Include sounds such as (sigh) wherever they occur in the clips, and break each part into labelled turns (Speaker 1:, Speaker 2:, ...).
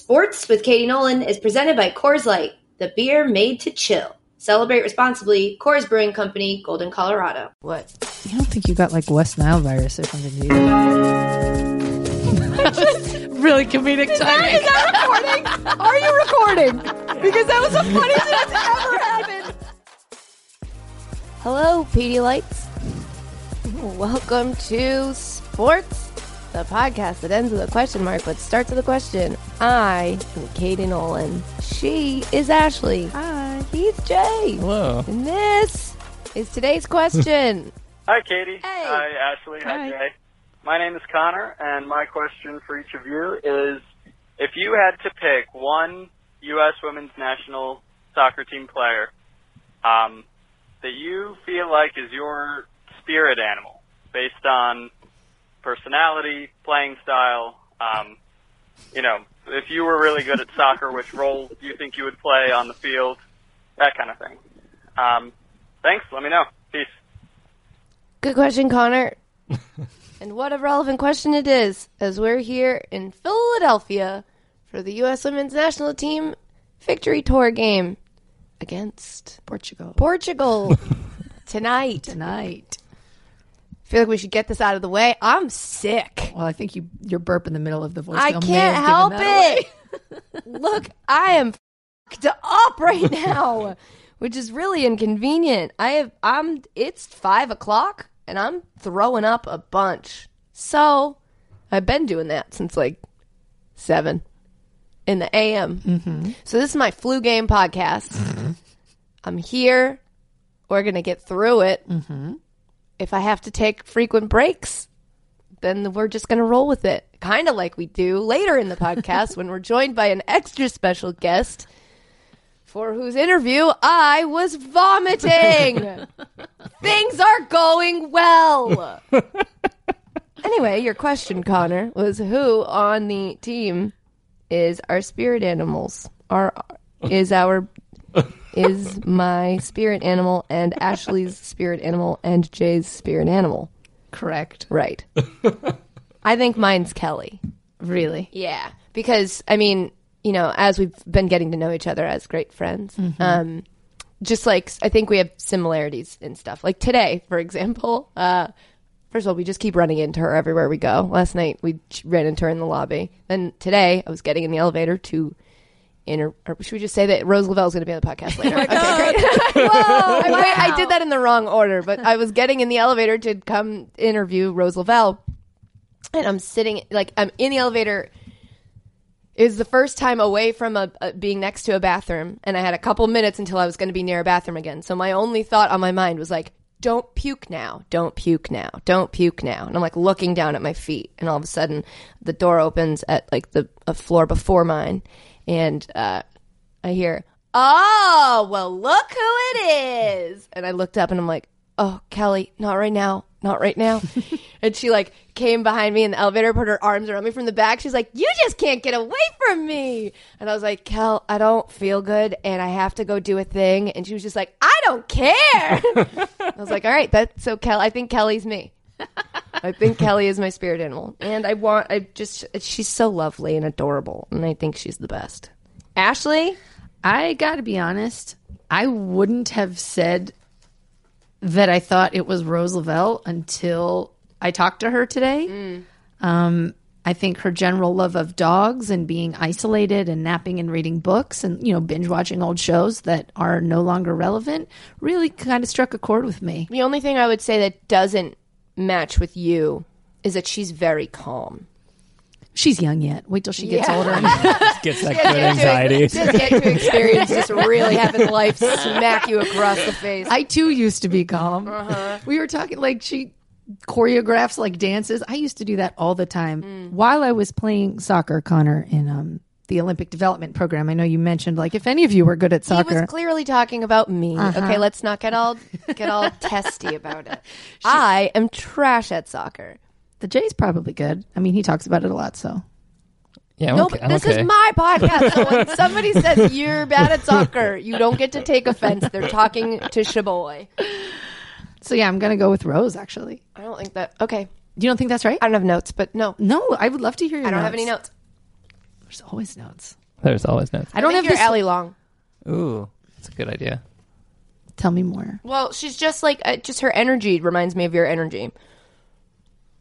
Speaker 1: Sports with Katie Nolan is presented by Coors Light, the beer made to chill. Celebrate responsibly. Coors Brewing Company, Golden, Colorado.
Speaker 2: What? You don't think you got like West Nile virus or something, do you? That was really comedic timing.
Speaker 3: Is that recording? Are you recording? Because that was the funniest thing that's ever happened.
Speaker 4: Hello, Pedialites. Welcome to Sports, the podcast that ends with a question mark but starts with a question. I am Katie Nolan. She is Ashley.
Speaker 2: Hi.
Speaker 4: He's Jay.
Speaker 5: Hello.
Speaker 4: And this is today's question.
Speaker 6: Hi, Katie.
Speaker 4: Hey.
Speaker 6: Hi, Ashley. Hi.
Speaker 2: Hi.
Speaker 6: Jay. My name is Connor, and my question for each of you is if you had to pick one U.S. women's national soccer team player um, that you feel like is your spirit animal based on personality, playing style, um, you know, if you were really good at soccer, which role do you think you would play on the field, that kind of thing. Um, thanks. Let me know. Peace.
Speaker 4: Good question, Connor. (laughs) and what a relevant question it is, as we're here in Philadelphia for the U.S. Women's National Team Victory Tour game against
Speaker 2: Portugal.
Speaker 4: Portugal tonight.
Speaker 2: Tonight.
Speaker 4: I feel like we should get this out of the way. I'm sick.
Speaker 2: Well, I think you your burp in the middle of the voicemail.
Speaker 4: I
Speaker 2: may have
Speaker 4: can't
Speaker 2: given
Speaker 4: help
Speaker 2: that away.
Speaker 4: it. (laughs) Look, I am fucked up right now, (laughs) which is really inconvenient. I have I'm it's five o'clock and I'm throwing up a bunch. So I've been doing that since like seven in the AM.
Speaker 2: Mm-hmm.
Speaker 4: So this is my flu game podcast. I'm here. We're gonna get through it.
Speaker 2: Mm-hmm.
Speaker 4: If I have to take frequent breaks, then we're just going to roll with it. Kind of like we do later in the podcast when we're joined by an extra special guest for whose interview I was vomiting. Things are going well. anyway, your question, Connor, was who on the team is our spirit animals? Our is our is my spirit animal and Ashley's spirit animal and Jay's spirit animal.
Speaker 2: Correct.
Speaker 4: Right. I think mine's Kelly.
Speaker 2: Really.
Speaker 4: Yeah. Because, I mean, you know, as we've been getting to know each other as great friends, um, just like I think we have similarities in stuff. Like today, for example, uh, first of all, we just keep running into her everywhere we go. Last night, we ch- ran into her in the lobby. Then today, I was getting in the elevator to. Inter- or should we just say that Rose Lavelle's going to be on the podcast later? okay, great. (laughs) Whoa, I- wait, I did that in the wrong order, but I was getting in the elevator to come interview Rose Lavelle, and I'm sitting like I'm in the elevator. It was the first time away from a, a- being next to a bathroom, and I had a couple minutes until I was going to be near a bathroom again. So my only thought on my mind was like, "Don't puke now! Don't puke now! Don't puke now!" And I'm like looking down at my feet, and all of a sudden, the door opens at like the a floor before mine, and uh, I hear, "Oh, well, look who it is!" And I looked up, and I'm like, "Oh, Kelly, not right now, not right now." and she like came behind me in the elevator, put her arms around me from the back. She's like, "You just can't get away from me." And I was like, "Kel, I don't feel good, and I have to go do a thing." And she was just like, "I don't care." I was like, "All right, that's so, Kel. I think Kelly's me." I think Kelly is my spirit animal, and I want. I just she's so lovely and adorable, and I think she's the best. Ashley,
Speaker 2: I got to be honest. I wouldn't have said that I thought it was Rose Lavelle until I talked to her today. Um, I think her general love of dogs and being isolated and napping and reading books and you know binge watching old shows that are no longer relevant really kind of struck a chord with me.
Speaker 4: the only thing I would say that doesn't match with you is that she's very calm.
Speaker 2: She's young yet. Wait till she gets
Speaker 4: Yeah.
Speaker 2: older.
Speaker 5: Gets that good anxiety.
Speaker 4: Just get to experience just really having life smack you across the face.
Speaker 2: I too used to be calm.
Speaker 4: Uh-huh.
Speaker 2: We were talking like she choreographs like dances. I used to do that all the time
Speaker 4: Mm.
Speaker 2: while I was playing soccer, Connor, in um, the Olympic development program. I know you mentioned like if any of you were good at
Speaker 4: he was
Speaker 2: soccer,
Speaker 4: clearly talking about me. Okay, let's not get all get all testy about it. I am trash at soccer.
Speaker 2: the Jay's probably good. I mean, he talks about it a lot, so
Speaker 5: Yeah, I'm
Speaker 4: No,
Speaker 5: okay.
Speaker 4: but
Speaker 5: I'm
Speaker 4: this
Speaker 5: okay.
Speaker 4: is my podcast. So when somebody says you're bad at soccer, you don't get to take offense. They're talking to Shaboy.
Speaker 2: so yeah, I'm gonna go with Rose. Actually,
Speaker 4: I don't think that. Okay,
Speaker 2: you don't think that's right?
Speaker 4: I don't have notes, but no,
Speaker 2: no, I would love to hear. Your
Speaker 4: I don't have any notes.
Speaker 2: There's always notes.
Speaker 5: There's always notes.
Speaker 2: I don't have
Speaker 4: your
Speaker 2: this.
Speaker 4: Ally Long.
Speaker 5: Ooh, that's a good idea.
Speaker 2: Tell me more.
Speaker 4: Well, she's just like uh, just her energy reminds me of your energy.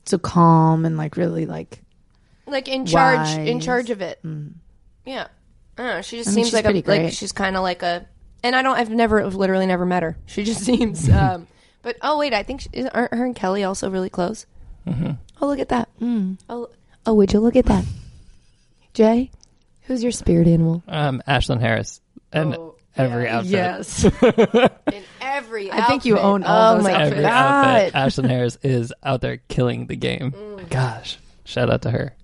Speaker 2: So calm and like really like.
Speaker 4: Like in charge, in
Speaker 2: Wise. Mm.
Speaker 4: charge of it. Yeah, I don't know. She just
Speaker 2: I mean,
Speaker 4: seems
Speaker 2: she's
Speaker 4: like a
Speaker 2: pretty great.
Speaker 4: like she's kind of like a. And I don't. I've never I've literally never met her. She just (laughs) seems. um But oh wait, I think she, is- aren't her and Kelly also really close? Oh look at that.
Speaker 2: Mm.
Speaker 4: Oh, oh would you look at that, Jay? Who's your spirit animal?
Speaker 5: Um, Ashlyn Harris and
Speaker 4: Oh,
Speaker 5: every outfit.
Speaker 2: Yes.
Speaker 4: In every.
Speaker 2: (laughs) I think you
Speaker 4: outfit.
Speaker 2: own all
Speaker 4: oh
Speaker 2: those
Speaker 4: my
Speaker 5: Every
Speaker 4: God. (laughs)
Speaker 5: outfit. Ashlyn Harris is out there killing the game.
Speaker 4: Mm.
Speaker 5: Gosh, shout out to her.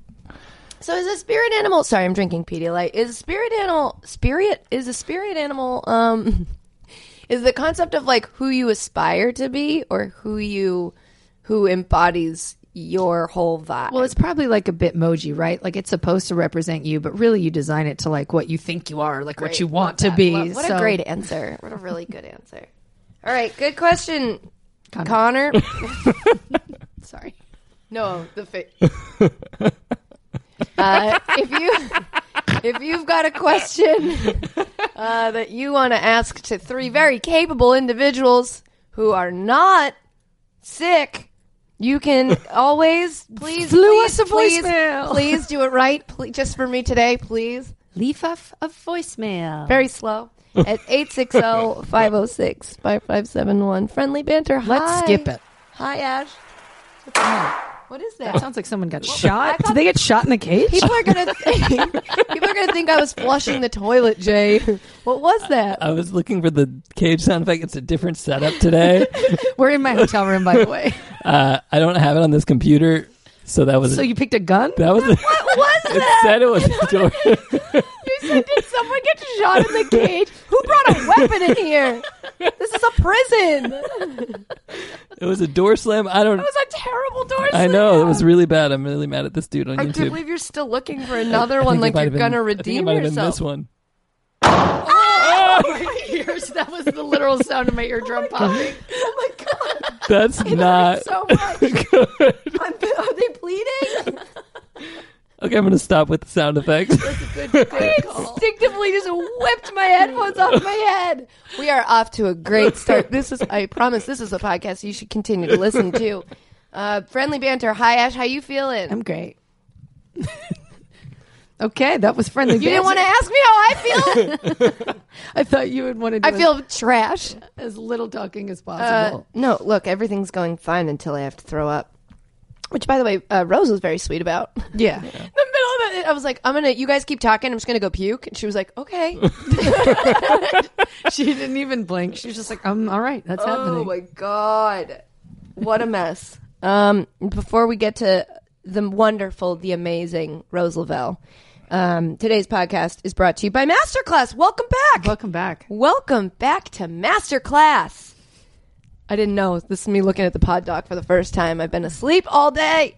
Speaker 4: So is a spirit animal? Sorry, I'm drinking Pedialyte. Is a spirit animal spirit? Is a spirit animal? Um, (laughs) is the concept of like who you aspire to be or who you who embodies your whole vibe?
Speaker 2: Well, it's probably like a Bitmoji, right? Like it's supposed to represent you, but really you design it to like what you think you are, like what you want to be.
Speaker 4: Lo- what
Speaker 2: So-
Speaker 4: a great answer! What a really good answer. All right, good question, Connor. (laughs)
Speaker 2: Sorry.
Speaker 4: no, the fit.
Speaker 2: (laughs)
Speaker 4: uh, if you if you've got a question uh, that you want to ask to three very capable individuals who are not sick, you can
Speaker 2: (laughs)
Speaker 4: always please please,
Speaker 2: us a
Speaker 4: please,
Speaker 2: voicemail.
Speaker 4: please do it right. Please, just for me today, please
Speaker 2: Leaf off of voicemail.
Speaker 4: very slow
Speaker 2: (laughs)
Speaker 4: at oh, 860-506-5571 friendly banter
Speaker 2: Let's
Speaker 4: Hi.
Speaker 2: skip it.
Speaker 4: hi ash what is that
Speaker 2: That sounds like someone got shot. Did they get shot in the cage?
Speaker 4: people are
Speaker 5: (laughs)
Speaker 4: gonna think, people are gonna think i was flushing the toilet jay what was that
Speaker 5: I was looking for the cage sound effect. It's a different setup
Speaker 4: (laughs)
Speaker 5: today.
Speaker 2: We're in my hotel room, by the way.
Speaker 5: uh, I don't have it on this computer, so that
Speaker 2: (laughs)
Speaker 5: was
Speaker 2: So you picked a gun? (laughs)
Speaker 5: that
Speaker 4: (laughs)
Speaker 5: was
Speaker 4: what was
Speaker 5: it
Speaker 4: that
Speaker 5: said it was a door.
Speaker 4: you said did someone get shot in the cage who brought a weapon in here this is a prison
Speaker 5: It was a door slam. I don't.
Speaker 4: it's a terrible door
Speaker 5: I know it was really bad. I'm really mad at this dude on
Speaker 4: I
Speaker 5: YouTube.
Speaker 4: can't believe you're still looking for another
Speaker 5: I
Speaker 4: one.
Speaker 5: think
Speaker 4: Like
Speaker 5: it might
Speaker 4: you're
Speaker 5: have been-
Speaker 4: gonna
Speaker 5: I think it
Speaker 4: redeem
Speaker 5: might have been
Speaker 4: yourself.
Speaker 5: This one.
Speaker 2: ears. That was the literal sound of my eardrum popping.
Speaker 4: Oh my god! (laughs)
Speaker 5: That's not
Speaker 4: so much.
Speaker 5: good.
Speaker 4: I'm, are they bleeding?
Speaker 5: Okay, I'm gonna stop with the sound effects.
Speaker 4: I instinctively just whipped my headphones off my head. We are off to a great start. This is, I promise, this is a podcast you should continue to listen to. Uh, friendly banter. Hi, Ash. How you feeling?
Speaker 2: I'm great. (laughs) okay, that was friendly.
Speaker 4: you didn't want to ask me how I feel.
Speaker 2: I thought you would want to. Do
Speaker 4: I feel trash.
Speaker 2: as, as little talking as
Speaker 4: Uh,
Speaker 2: possible.
Speaker 4: no, look, everything's going fine until I have to throw up. Which, by the way, uh, Rose was very sweet about. (laughs)
Speaker 2: yeah.
Speaker 4: the middle of it. I was like, I'm gonna. You guys keep talking. I'm just gonna go puke. And she was like, Okay.
Speaker 2: she didn't even blink. She was just like, "Um, all right, that's
Speaker 4: oh
Speaker 2: happening."
Speaker 4: my god, what a mess. Um, before we get to the wonderful, the amazing Rose Lavelle, um, today's podcast is brought to you by Masterclass. Welcome back.
Speaker 2: Welcome back.
Speaker 4: Welcome back to Masterclass. I didn't know. This is me looking at the pod doc for the first time. I've been asleep all day.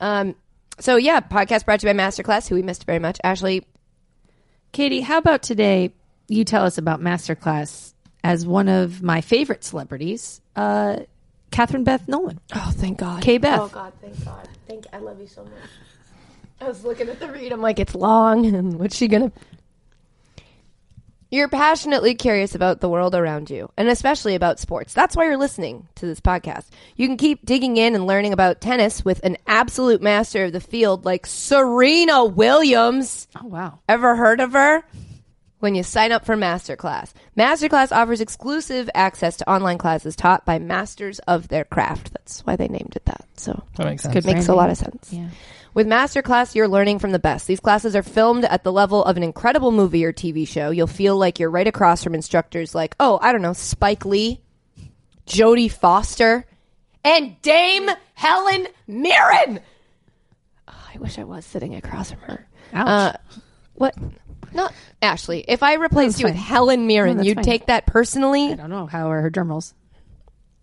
Speaker 4: Um, so, yeah, podcast brought to you by Masterclass, who we missed very much. Ashley,
Speaker 2: Katie, how about today? You tell us about Masterclass as one of my favorite celebrities, uh, Catherine Beth Nolan.
Speaker 4: Oh, thank God.
Speaker 2: K Beth.
Speaker 4: Oh, God, thank God. Thank I love you so much. I was looking at the read. I'm like, it's long. And what's she going to. You're passionately curious about the world around you, and especially about sports. That's why you're listening to this podcast. You can keep digging in and learning about tennis with an absolute master of the field like Serena Williams.
Speaker 2: Oh wow.
Speaker 4: Ever heard of her? When you sign up for Masterclass. Masterclass offers exclusive access to online classes taught by masters of their craft. That's why they named it that. So
Speaker 5: That makes sense.
Speaker 2: Good
Speaker 4: makes a
Speaker 2: branding.
Speaker 4: lot of sense.
Speaker 2: Yeah.
Speaker 4: With Masterclass, you're learning from the best. These classes are filmed at the level of an incredible movie or TV show. You'll feel like you're right across from instructors like, oh, I don't know, Spike Lee, Jodie Foster, and Dame Helen Mirren. Oh, I wish I was sitting across from her.
Speaker 2: Ouch.
Speaker 4: Uh, what? Not Ashley. If I replaced you with
Speaker 2: fine.
Speaker 4: Helen Mirren,
Speaker 2: No, that's
Speaker 4: you'd
Speaker 2: fine.
Speaker 4: take that personally.
Speaker 2: I don't know how are her drum rolls.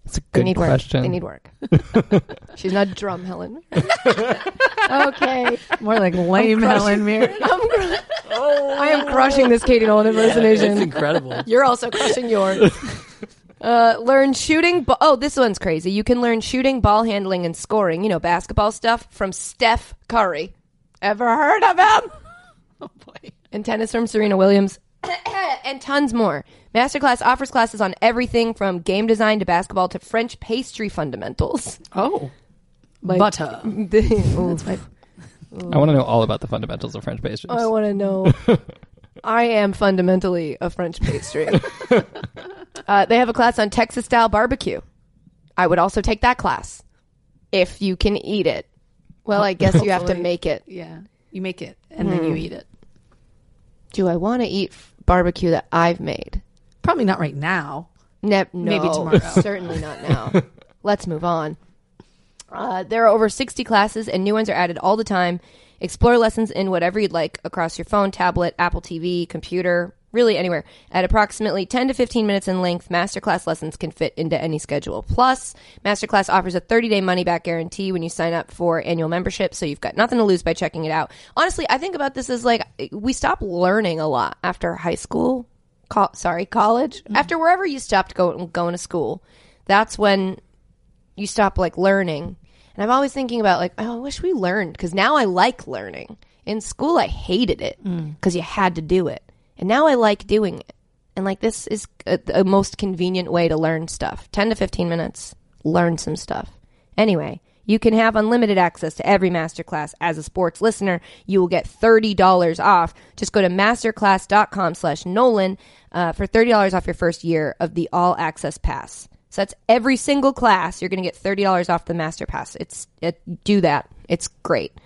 Speaker 5: It's a
Speaker 4: They
Speaker 5: good
Speaker 4: need
Speaker 5: question.
Speaker 4: work. They need
Speaker 5: (laughs)
Speaker 4: work. She's not drum Helen. (laughs) okay.
Speaker 2: More (laughs) like lame Helen Mirren.
Speaker 4: I'm cr- I am crushing this Katie Nolan
Speaker 5: It's
Speaker 4: impersonation. (laughs)
Speaker 5: incredible.
Speaker 4: You're also crushing (laughs) yours. Uh, learn shooting. Ba- oh, this one's crazy. You can learn shooting, ball handling, and scoring. You know, basketball stuff from Steph Curry. Ever heard of him?
Speaker 2: (laughs) Oh boy.
Speaker 4: and tennis from Serena Williams, (coughs) and tons more. Masterclass offers classes on everything from game design to basketball to French pastry fundamentals. (laughs)
Speaker 2: Oh.
Speaker 4: uh,
Speaker 2: Butter.
Speaker 4: That's my-
Speaker 5: I want to know all about the fundamentals of French pastries.
Speaker 4: Oh, I want to know. I am fundamentally a French pastry. (laughs) uh, they have a class on Texas style barbecue. I would also take that class if you can eat it. Well, I guess you have to
Speaker 2: Hopefully.
Speaker 4: make it.
Speaker 2: Yeah. You make it and then
Speaker 4: Hmm.
Speaker 2: you eat it.
Speaker 4: Do I want to eat f- barbecue that I've made?
Speaker 2: Probably not right now.
Speaker 4: Ne- no,
Speaker 2: Maybe tomorrow.
Speaker 4: Certainly not (laughs) now. Let's move on. Uh, there are over 60 classes, and new ones are added all the time. Explore lessons in whatever you'd like across your phone, tablet, Apple TV, computer, really anywhere. At approximately 10 to 15 minutes in length, masterclass lessons can fit into any schedule. Plus, masterclass offers a 30 day money back guarantee when you sign up for annual membership, so you've got nothing to lose by checking it out. Honestly, I think about this as like we stop learning a lot after high school col- sorry, college, after wherever you stopped going going to school, that's when you stop like learning. And I'm always thinking about like, oh, I wish we learned because now I like learning. In school, I hated it because you had to do it, and now I like doing it. And like this is a, a most convenient way to learn stuff. Ten to fifteen minutes, learn some stuff. Anyway. You can have unlimited access to every masterclass as a sports listener. You will get $30 off. Just go to masterclass.com slash Nolan uh, for $30 off your first year of the all access pass. So that's every single class. You're going to get $30 off the master pass. It's it, do that. It's great.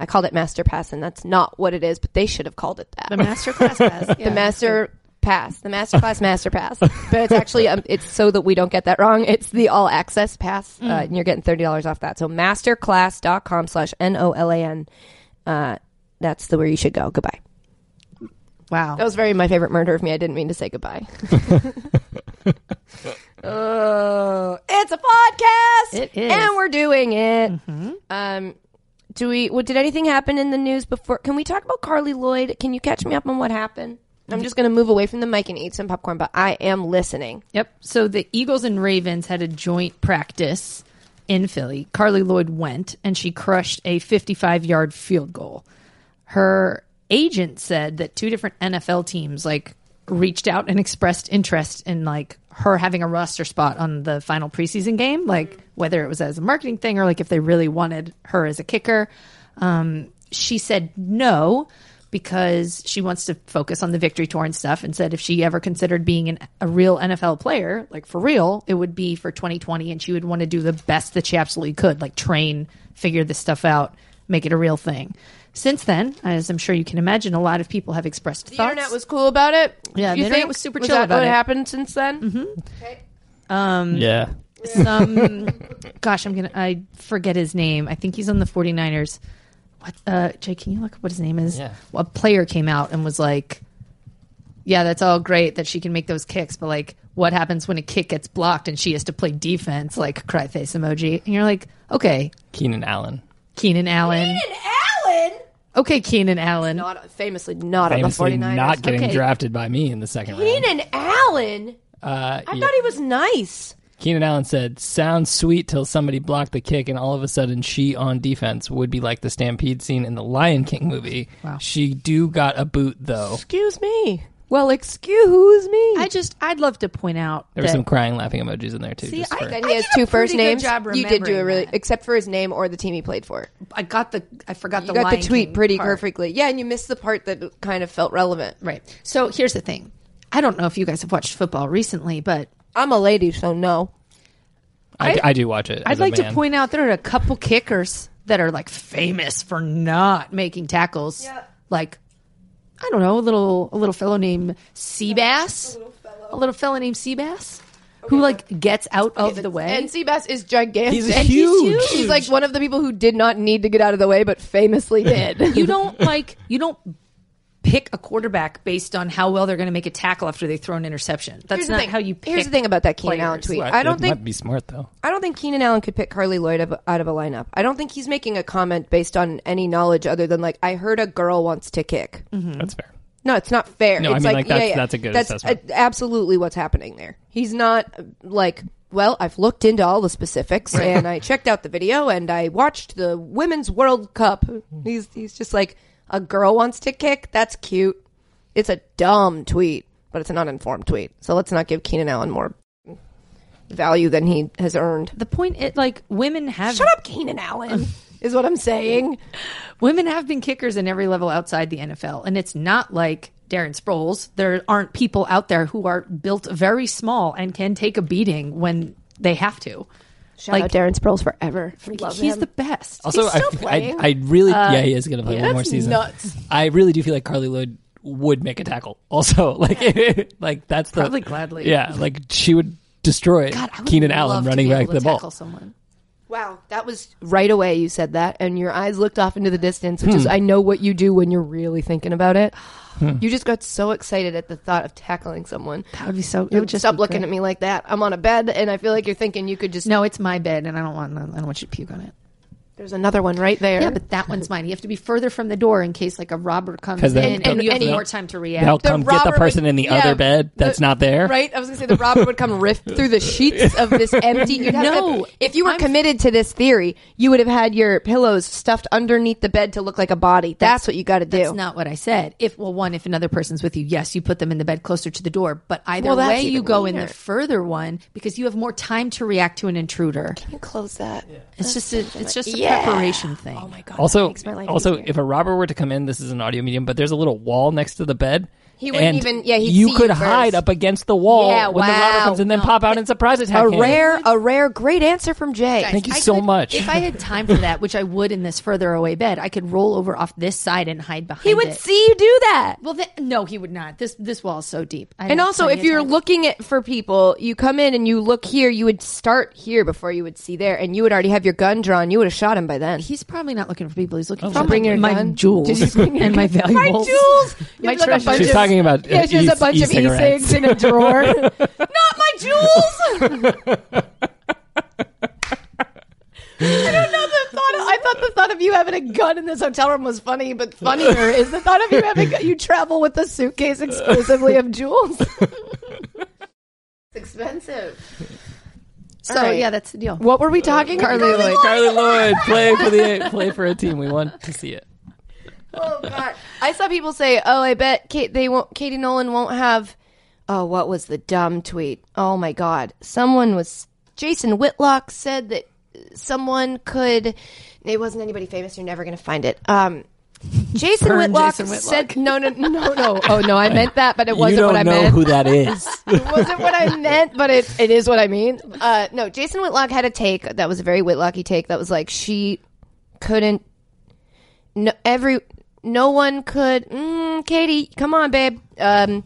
Speaker 4: I called it master pass and that's not what it is, but they should have called it that.
Speaker 2: The master class pass. Yeah.
Speaker 4: The master pass, the master class master pass. But it's actually um, it's so that we don't get that wrong. It's the all access pass, uh, and you're getting thirty dollars off that. So masterclass.com slash n o l a n. Uh, that's the where you should go. Goodbye.
Speaker 2: (laughs) Wow.
Speaker 4: That was very my favorite murder of me. I didn't mean to say
Speaker 2: (laughs)
Speaker 4: goodbye. Oh, it's a podcast.
Speaker 2: It is. Mm-hmm.
Speaker 4: and we're doing it. Um, do we? What did anything happen in the news before? Can we talk about Carly Lloyd? Can you catch me up on what happened? I'm
Speaker 2: Mm-hmm.
Speaker 4: just going to move away from the mic and eat some popcorn, but I am listening.
Speaker 2: Yep. So the Eagles and Ravens had a joint practice in Philly. Carly Lloyd went and she crushed a 55 yard field goal. Her agent said that two different NFL teams like reached out and expressed interest in like her having a roster spot on the final preseason game, like whether it was as a marketing thing or like if they really wanted her as a kicker. Um, she said no because she wants to focus on the victory tour and stuff and said if she ever considered being an, a real NFL player, like for real, it would be for 2020 and she would want to do the best that she absolutely could, like train, figure this stuff out, make it a real thing. Since then, as I'm sure you can imagine, a lot of people have expressed
Speaker 4: The
Speaker 2: thoughts.
Speaker 4: internet was cool about it.
Speaker 2: Yeah,
Speaker 4: You
Speaker 2: the internet
Speaker 4: think?
Speaker 2: was super chill
Speaker 4: that
Speaker 2: about
Speaker 4: what
Speaker 2: it. Mm-hmm.
Speaker 4: happened since then?
Speaker 5: yeah.
Speaker 2: some gosh i'm gonna i forget his name i think he's on the 49ers what uh jay can you look up what his name is
Speaker 5: Yeah.
Speaker 2: Well, a player came out and was like yeah that's all great that she can make those kicks but like what happens when a kick gets blocked and she has to play defense like cry face emoji and you're like okay
Speaker 5: Keenan Allen.
Speaker 2: keenan allen
Speaker 4: Allen,
Speaker 2: okay keenan allen
Speaker 4: not famously not
Speaker 5: Famously
Speaker 4: on the 49ers.
Speaker 5: not getting
Speaker 2: Okay.
Speaker 5: drafted by me in the second round.
Speaker 4: Keenan Allen.
Speaker 5: Uh,
Speaker 4: I
Speaker 5: yeah.
Speaker 4: thought he was nice.
Speaker 5: Keenan Allen said, "Sounds sweet till somebody blocked the kick, and all of a sudden, she on defense would be like the stampede scene in the Lion King movie.
Speaker 2: Wow.
Speaker 5: She do got a boot though.
Speaker 4: Excuse me. Well, excuse me.
Speaker 2: i just i'd love to point out
Speaker 5: There were
Speaker 2: that-
Speaker 5: some crying, laughing emojis in there too. just for-
Speaker 4: And he has
Speaker 2: did a
Speaker 4: two first
Speaker 2: pretty good
Speaker 4: names.
Speaker 2: job
Speaker 4: you did do a
Speaker 2: remembering
Speaker 4: really,
Speaker 2: that.
Speaker 4: except for his name or the team he played for.
Speaker 2: i got the i forgot
Speaker 4: You
Speaker 2: the
Speaker 4: got the
Speaker 2: Lion
Speaker 4: tweet
Speaker 2: King
Speaker 4: pretty
Speaker 2: part.
Speaker 4: perfectly. Yeah, and you missed the part that kind of felt relevant.
Speaker 2: right so here's the thing i don't know if you guys have watched football recently but
Speaker 4: I'm a lady, so no.
Speaker 5: I, I do watch it.
Speaker 2: I'd
Speaker 5: as a
Speaker 2: like to
Speaker 5: man.
Speaker 2: point out there are a couple kickers that are like famous for not making tackles. Like I don't know, a little a little fellow named Seabass. A little fellow named Seabass who like gets out of the way.
Speaker 4: And Seabass is gigantic.
Speaker 5: He's
Speaker 4: And
Speaker 5: huge.
Speaker 4: He's, like one of the people who did not need to get out of the way, but famously (laughs) did.
Speaker 2: you don't like you don't pick a quarterback based on how well they're going to make a tackle after they throw an interception. That's
Speaker 4: Here's the
Speaker 2: not
Speaker 4: thing.
Speaker 2: how you pick
Speaker 4: Here's the thing about that Keenan Allen
Speaker 2: players.
Speaker 4: tweet.
Speaker 5: Well,
Speaker 4: I don't
Speaker 5: it
Speaker 4: think
Speaker 5: might be smart though.
Speaker 4: I don't think Keenan Allen could pick Carly Lloyd ab- out of a lineup. I don't think he's making a comment based on any knowledge other than like I heard a girl wants to kick.
Speaker 5: That's fair.
Speaker 4: No, it's not fair.
Speaker 5: No, I
Speaker 4: it's
Speaker 5: mean,
Speaker 4: like,
Speaker 5: like, that's-
Speaker 4: yeah, yeah.
Speaker 5: that's a good assessment.
Speaker 4: uh, absolutely what's happening there. He's not uh, like, well, I've looked into all the specifics and I checked out the video and I watched the Women's World Cup. He's he's just like, a girl wants to kick, that's cute. It's a dumb tweet, but it's an uninformed tweet. So let's not give Keenan Allen more value than he has earned.
Speaker 2: The point it like women have
Speaker 4: Shut up, Keenan Allen, is what I'm saying.
Speaker 2: women have been kickers in every level outside the NFL, and it's not like Darren Sproles. There aren't people out there who are built very small and can take a beating when they have to.
Speaker 4: Shout
Speaker 2: Like-
Speaker 4: out Darren Sproles forever. Love
Speaker 2: He's
Speaker 4: him.
Speaker 2: the best.
Speaker 5: Also, I,
Speaker 4: still
Speaker 5: f- I-
Speaker 4: playing.
Speaker 5: I really yeah he is gonna play one more
Speaker 4: That's
Speaker 5: season.
Speaker 4: nuts.
Speaker 5: I really do feel like Carly Lloyd would make a tackle. Also, (laughs) like like that's the
Speaker 2: Probably gladly.
Speaker 5: Yeah, like she would destroy
Speaker 2: I would
Speaker 5: Keenan
Speaker 2: love
Speaker 5: Allen
Speaker 2: to
Speaker 5: running
Speaker 2: be
Speaker 5: back
Speaker 2: able to
Speaker 5: the ball.
Speaker 2: tackle Someone.
Speaker 4: Wow, that was right away you said that, and your eyes looked off into the distance, which is I know what you do when you're really thinking about it. You just got so excited at the thought of tackling someone.
Speaker 2: That would be so. It
Speaker 4: You
Speaker 2: would just
Speaker 4: stop
Speaker 2: be
Speaker 4: looking
Speaker 2: great.
Speaker 4: at me like that. I'm on a bed, and I feel like you're thinking you could just.
Speaker 2: No, it's my bed, and I don't want. I don't want you to puke on it.
Speaker 4: There's another one right there.
Speaker 2: Yeah, but that one's mine. You have to be further from the door in case like a robber comes
Speaker 5: 'Cause
Speaker 2: in,
Speaker 5: then-
Speaker 2: and, you have
Speaker 4: and-
Speaker 2: more time to react.
Speaker 5: They'll come get the
Speaker 4: robber
Speaker 5: person
Speaker 4: would-
Speaker 5: in the
Speaker 4: yeah,
Speaker 5: other bed that's
Speaker 4: the-
Speaker 5: not there.
Speaker 4: Right, I was gonna say the robber would come rift through the sheets of this empty. You'd have
Speaker 2: No,
Speaker 4: to, if you were
Speaker 2: I'm-
Speaker 4: committed to this theory, you would have had your pillows stuffed underneath the bed to look like a body. That's, what you got to do.
Speaker 2: That's not what I said. If well, one, if another person's with you, yes, you put them in the bed closer to the door. But either
Speaker 4: Well, that's
Speaker 2: way, you
Speaker 4: even
Speaker 2: go in
Speaker 4: weirder.
Speaker 2: the further one because you have more time to react to an intruder.
Speaker 4: Can you close that.
Speaker 2: It's just a, it's just a
Speaker 4: Yeah.
Speaker 2: preparation thing.
Speaker 4: Oh my god! that
Speaker 5: Also,
Speaker 4: makes my life
Speaker 5: also,
Speaker 4: easier.
Speaker 5: if a robber were to come in, this is an audio medium, but there's a little wall next to the bed.
Speaker 4: He wouldn't
Speaker 5: and
Speaker 4: even- yeah, he'd
Speaker 5: you
Speaker 4: see you
Speaker 5: could
Speaker 4: first.
Speaker 5: hide up against the wall
Speaker 4: Yeah,
Speaker 5: when the robber
Speaker 4: wow.
Speaker 5: comes in, then pop out and surprise attack
Speaker 4: a
Speaker 5: him.
Speaker 4: rare, a rare, great answer from Jay.
Speaker 5: Thank you
Speaker 2: I
Speaker 5: so
Speaker 2: could-
Speaker 5: much.
Speaker 2: If I had time for that, which I would in this further away bed, I could roll over off this side and hide behind.
Speaker 4: he would
Speaker 2: it.
Speaker 4: see you do that.
Speaker 2: Well, th- no, he would not. This this wall is so deep. I
Speaker 4: And
Speaker 2: have
Speaker 4: also,
Speaker 2: plenty
Speaker 4: if
Speaker 2: of
Speaker 4: you're
Speaker 2: time.
Speaker 4: looking at for people, you come in and you look here. You would start here before you would see there, and you would already have your gun drawn. You would have shot him by then.
Speaker 2: he's probably not looking for people. He's looking
Speaker 4: Did
Speaker 2: for
Speaker 4: you Oh, bring your
Speaker 2: my
Speaker 4: gun? Did you
Speaker 2: (laughs) jewels
Speaker 4: bring your
Speaker 2: and my
Speaker 4: gun?
Speaker 2: valuables.
Speaker 4: My jewels. You
Speaker 2: My
Speaker 4: have, like, a
Speaker 2: treasures.
Speaker 4: bunch
Speaker 5: She's
Speaker 4: of-
Speaker 5: talking about,
Speaker 4: yeah,
Speaker 5: uh,
Speaker 4: she has a
Speaker 5: e-
Speaker 4: bunch of
Speaker 5: e-cigarettes.
Speaker 4: e-cigs in a drawer.
Speaker 5: (laughs)
Speaker 4: Not my jewels. I don't know the thought. Of, I thought the thought of you having a gun in this hotel room was funny, but funnier is the thought of you having you travel with a suitcase exclusively of jewels. it's expensive.
Speaker 2: So
Speaker 4: All right.
Speaker 2: yeah, that's the deal.
Speaker 4: What were we talking, Carly? Lloyd? (laughs)
Speaker 5: Carly Lloyd, play for the play for a team. We want to see it.
Speaker 4: Oh God! I saw people say, "Oh, I bet Kate, they won't. Katie Nolan won't have." Oh, what was the dumb tweet? Oh my God! Someone was Jason Whitlock said that someone could. It wasn't anybody famous. You're never going to find it. Um, (laughs) Jason,
Speaker 2: Burn
Speaker 4: Whitlock
Speaker 2: Jason
Speaker 4: said, "No, no, no, no. (laughs) Oh no, I meant that, but it wasn't
Speaker 5: you don't
Speaker 4: what I
Speaker 5: know
Speaker 4: meant. (laughs)
Speaker 5: who that is.
Speaker 4: It wasn't what (laughs) I meant, but it, it is what I mean. Uh, no, Jason Whitlock had a take that was a very Whitlocky take that was like she couldn't. No, every no one could. Mm, Katie, come on, babe. Um,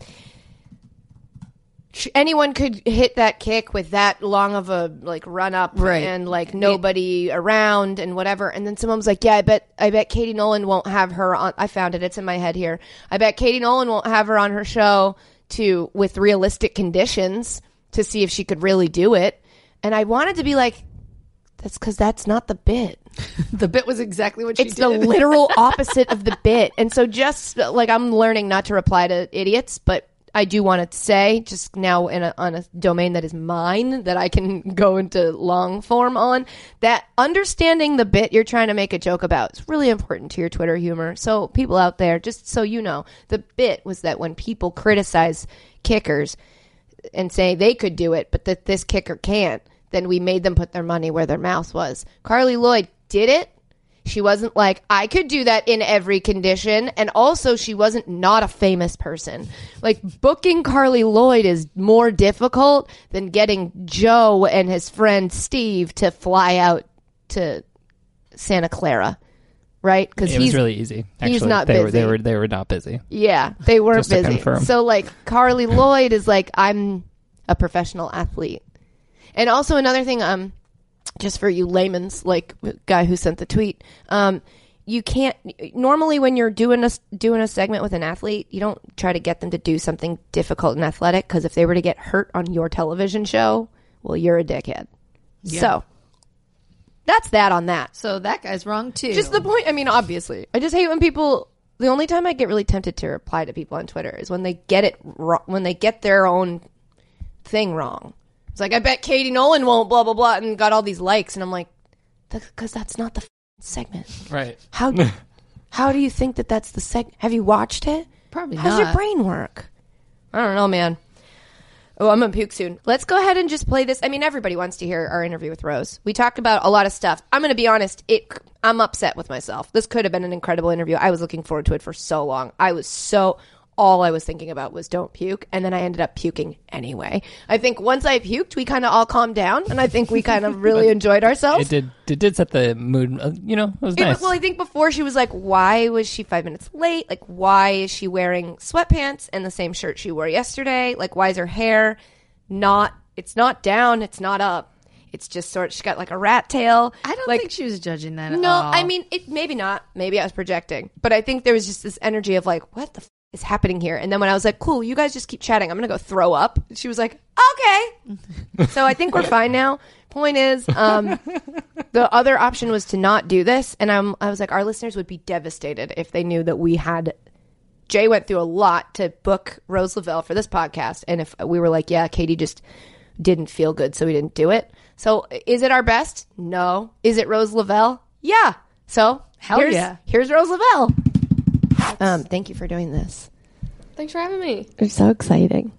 Speaker 4: sh- anyone could hit that kick with that long of a like run up,
Speaker 2: Right.
Speaker 4: And like nobody around and whatever. And then someone was like, "Yeah, I bet, I bet Katie Nolan won't have her on." I found it. It's in my head here. I bet Katie Nolan won't have her on her show to with realistic conditions to see if she could really do it. And I wanted to be like, "That's because that's not the bit."
Speaker 2: The bit was exactly what she
Speaker 4: it's the literal opposite of the bit. And so just like I'm learning not to reply to idiots, but I do want to say just now in a, on a domain that is mine that I can (laughs) go into long form on that understanding the bit you're trying to make a joke about is really important to your Twitter humor. So people out there, just so you know, the bit was that when people criticize kickers and say they could do it, but that this kicker can't, then we made them put their money where their mouth was. Carly Lloyd did it. She wasn't like, I could do that in every condition. And also, she wasn't not a famous person. Like, booking Carly Lloyd is more difficult than getting Joe and his friend Steve to fly out to Santa Clara, right? Because
Speaker 5: It was really easy. Actually,
Speaker 4: he's not
Speaker 5: they were they
Speaker 4: busy.
Speaker 5: were they were not busy.
Speaker 4: yeah, they were
Speaker 5: Just to
Speaker 4: busy.
Speaker 5: confirm.
Speaker 4: So like Carly Lloyd is like I'm a professional athlete. And also another thing um just for you layman's like guy who sent the tweet. Um you can't normally when you're doing a s- doing a segment with an athlete, you don't try to get them to do something difficult and athletic because if they were to get hurt on your television show, well you're a dickhead. So that's that on that.
Speaker 2: so that guy's wrong too.
Speaker 4: Just the point. I mean, obviously, I just hate when people. The only time I get really tempted to reply to people on Twitter is when they get it wrong, when they get their own thing wrong. It's like I bet Katie Nolan won't blah blah blah, and (laughs) got all these likes, and I'm like, because that's not the f- segment.
Speaker 5: Right.
Speaker 4: How How do you think that that's the seg? Have you watched it?
Speaker 2: Probably
Speaker 4: How does your
Speaker 2: not.
Speaker 4: brain work? I don't know, man. Oh, I'm gonna puke soon. Let's go ahead and just play this. I mean, everybody wants to hear our interview with Rose. We talked about a lot of stuff. I'm gonna be honest. It. I'm upset with myself. This could have been an incredible interview. I was looking forward to it for so long. I was so. All I was thinking about was don't puke, and then I ended up puking anyway. I think once I puked, we kind of all calmed down, and I think we kind (laughs) of really enjoyed ourselves.
Speaker 5: It did. It did set the mood. uh, You know, it was
Speaker 4: It
Speaker 5: nice.
Speaker 4: was- well, I think before she was like, why was she five minutes late? Like, why is she wearing sweatpants and the same shirt she wore yesterday? Like, why is her hair not? It's not down. It's not up. It's just sort. She got like a rat tail.
Speaker 2: I don't
Speaker 4: like,
Speaker 2: think she was judging that at
Speaker 4: No,
Speaker 2: all.
Speaker 4: I mean, it maybe not. Maybe I was projecting, but I think there was just this energy of like, what the f- is happening here? And then when I was like, cool, you guys just keep chatting. I'm gonna go throw up. She was like,
Speaker 2: (laughs)
Speaker 4: okay. so I think we're fine now. Point is, um, the other option was to not do this, and I'm, I was like, our listeners would be devastated if they knew that we had. Jay went through a lot to book Rose Lavelle for this podcast, and if we were like, yeah, Katie just didn't feel good, so we didn't do it. So is it our best? No. Is it Rose Lavelle? Yeah. So
Speaker 2: Hell
Speaker 4: here's,
Speaker 2: yeah.
Speaker 4: here's Rose Lavelle. Um, thank you for doing this.
Speaker 7: Thanks for having me.
Speaker 4: It's so exciting.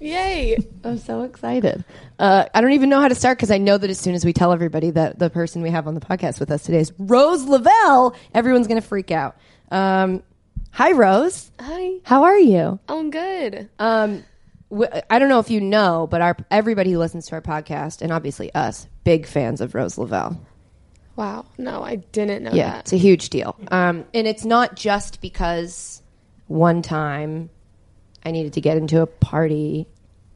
Speaker 7: Yay.
Speaker 4: I'm so excited. Uh, I don't even know how to start because I know that as soon as we tell everybody that the person we have on the podcast with us today is Rose Lavelle, everyone's going to freak out. Um, hi, Rose.
Speaker 7: Hi.
Speaker 4: How are you?
Speaker 7: I'm good. Uh,
Speaker 4: Um, w- I don't know if you know, but our everybody who listens to our podcast, and obviously us, big fans of Rose Lavelle.
Speaker 7: Wow. No, I didn't know
Speaker 4: Yeah,
Speaker 7: that.
Speaker 4: it's a huge deal. Um, and it's not just because one time I needed to get into a party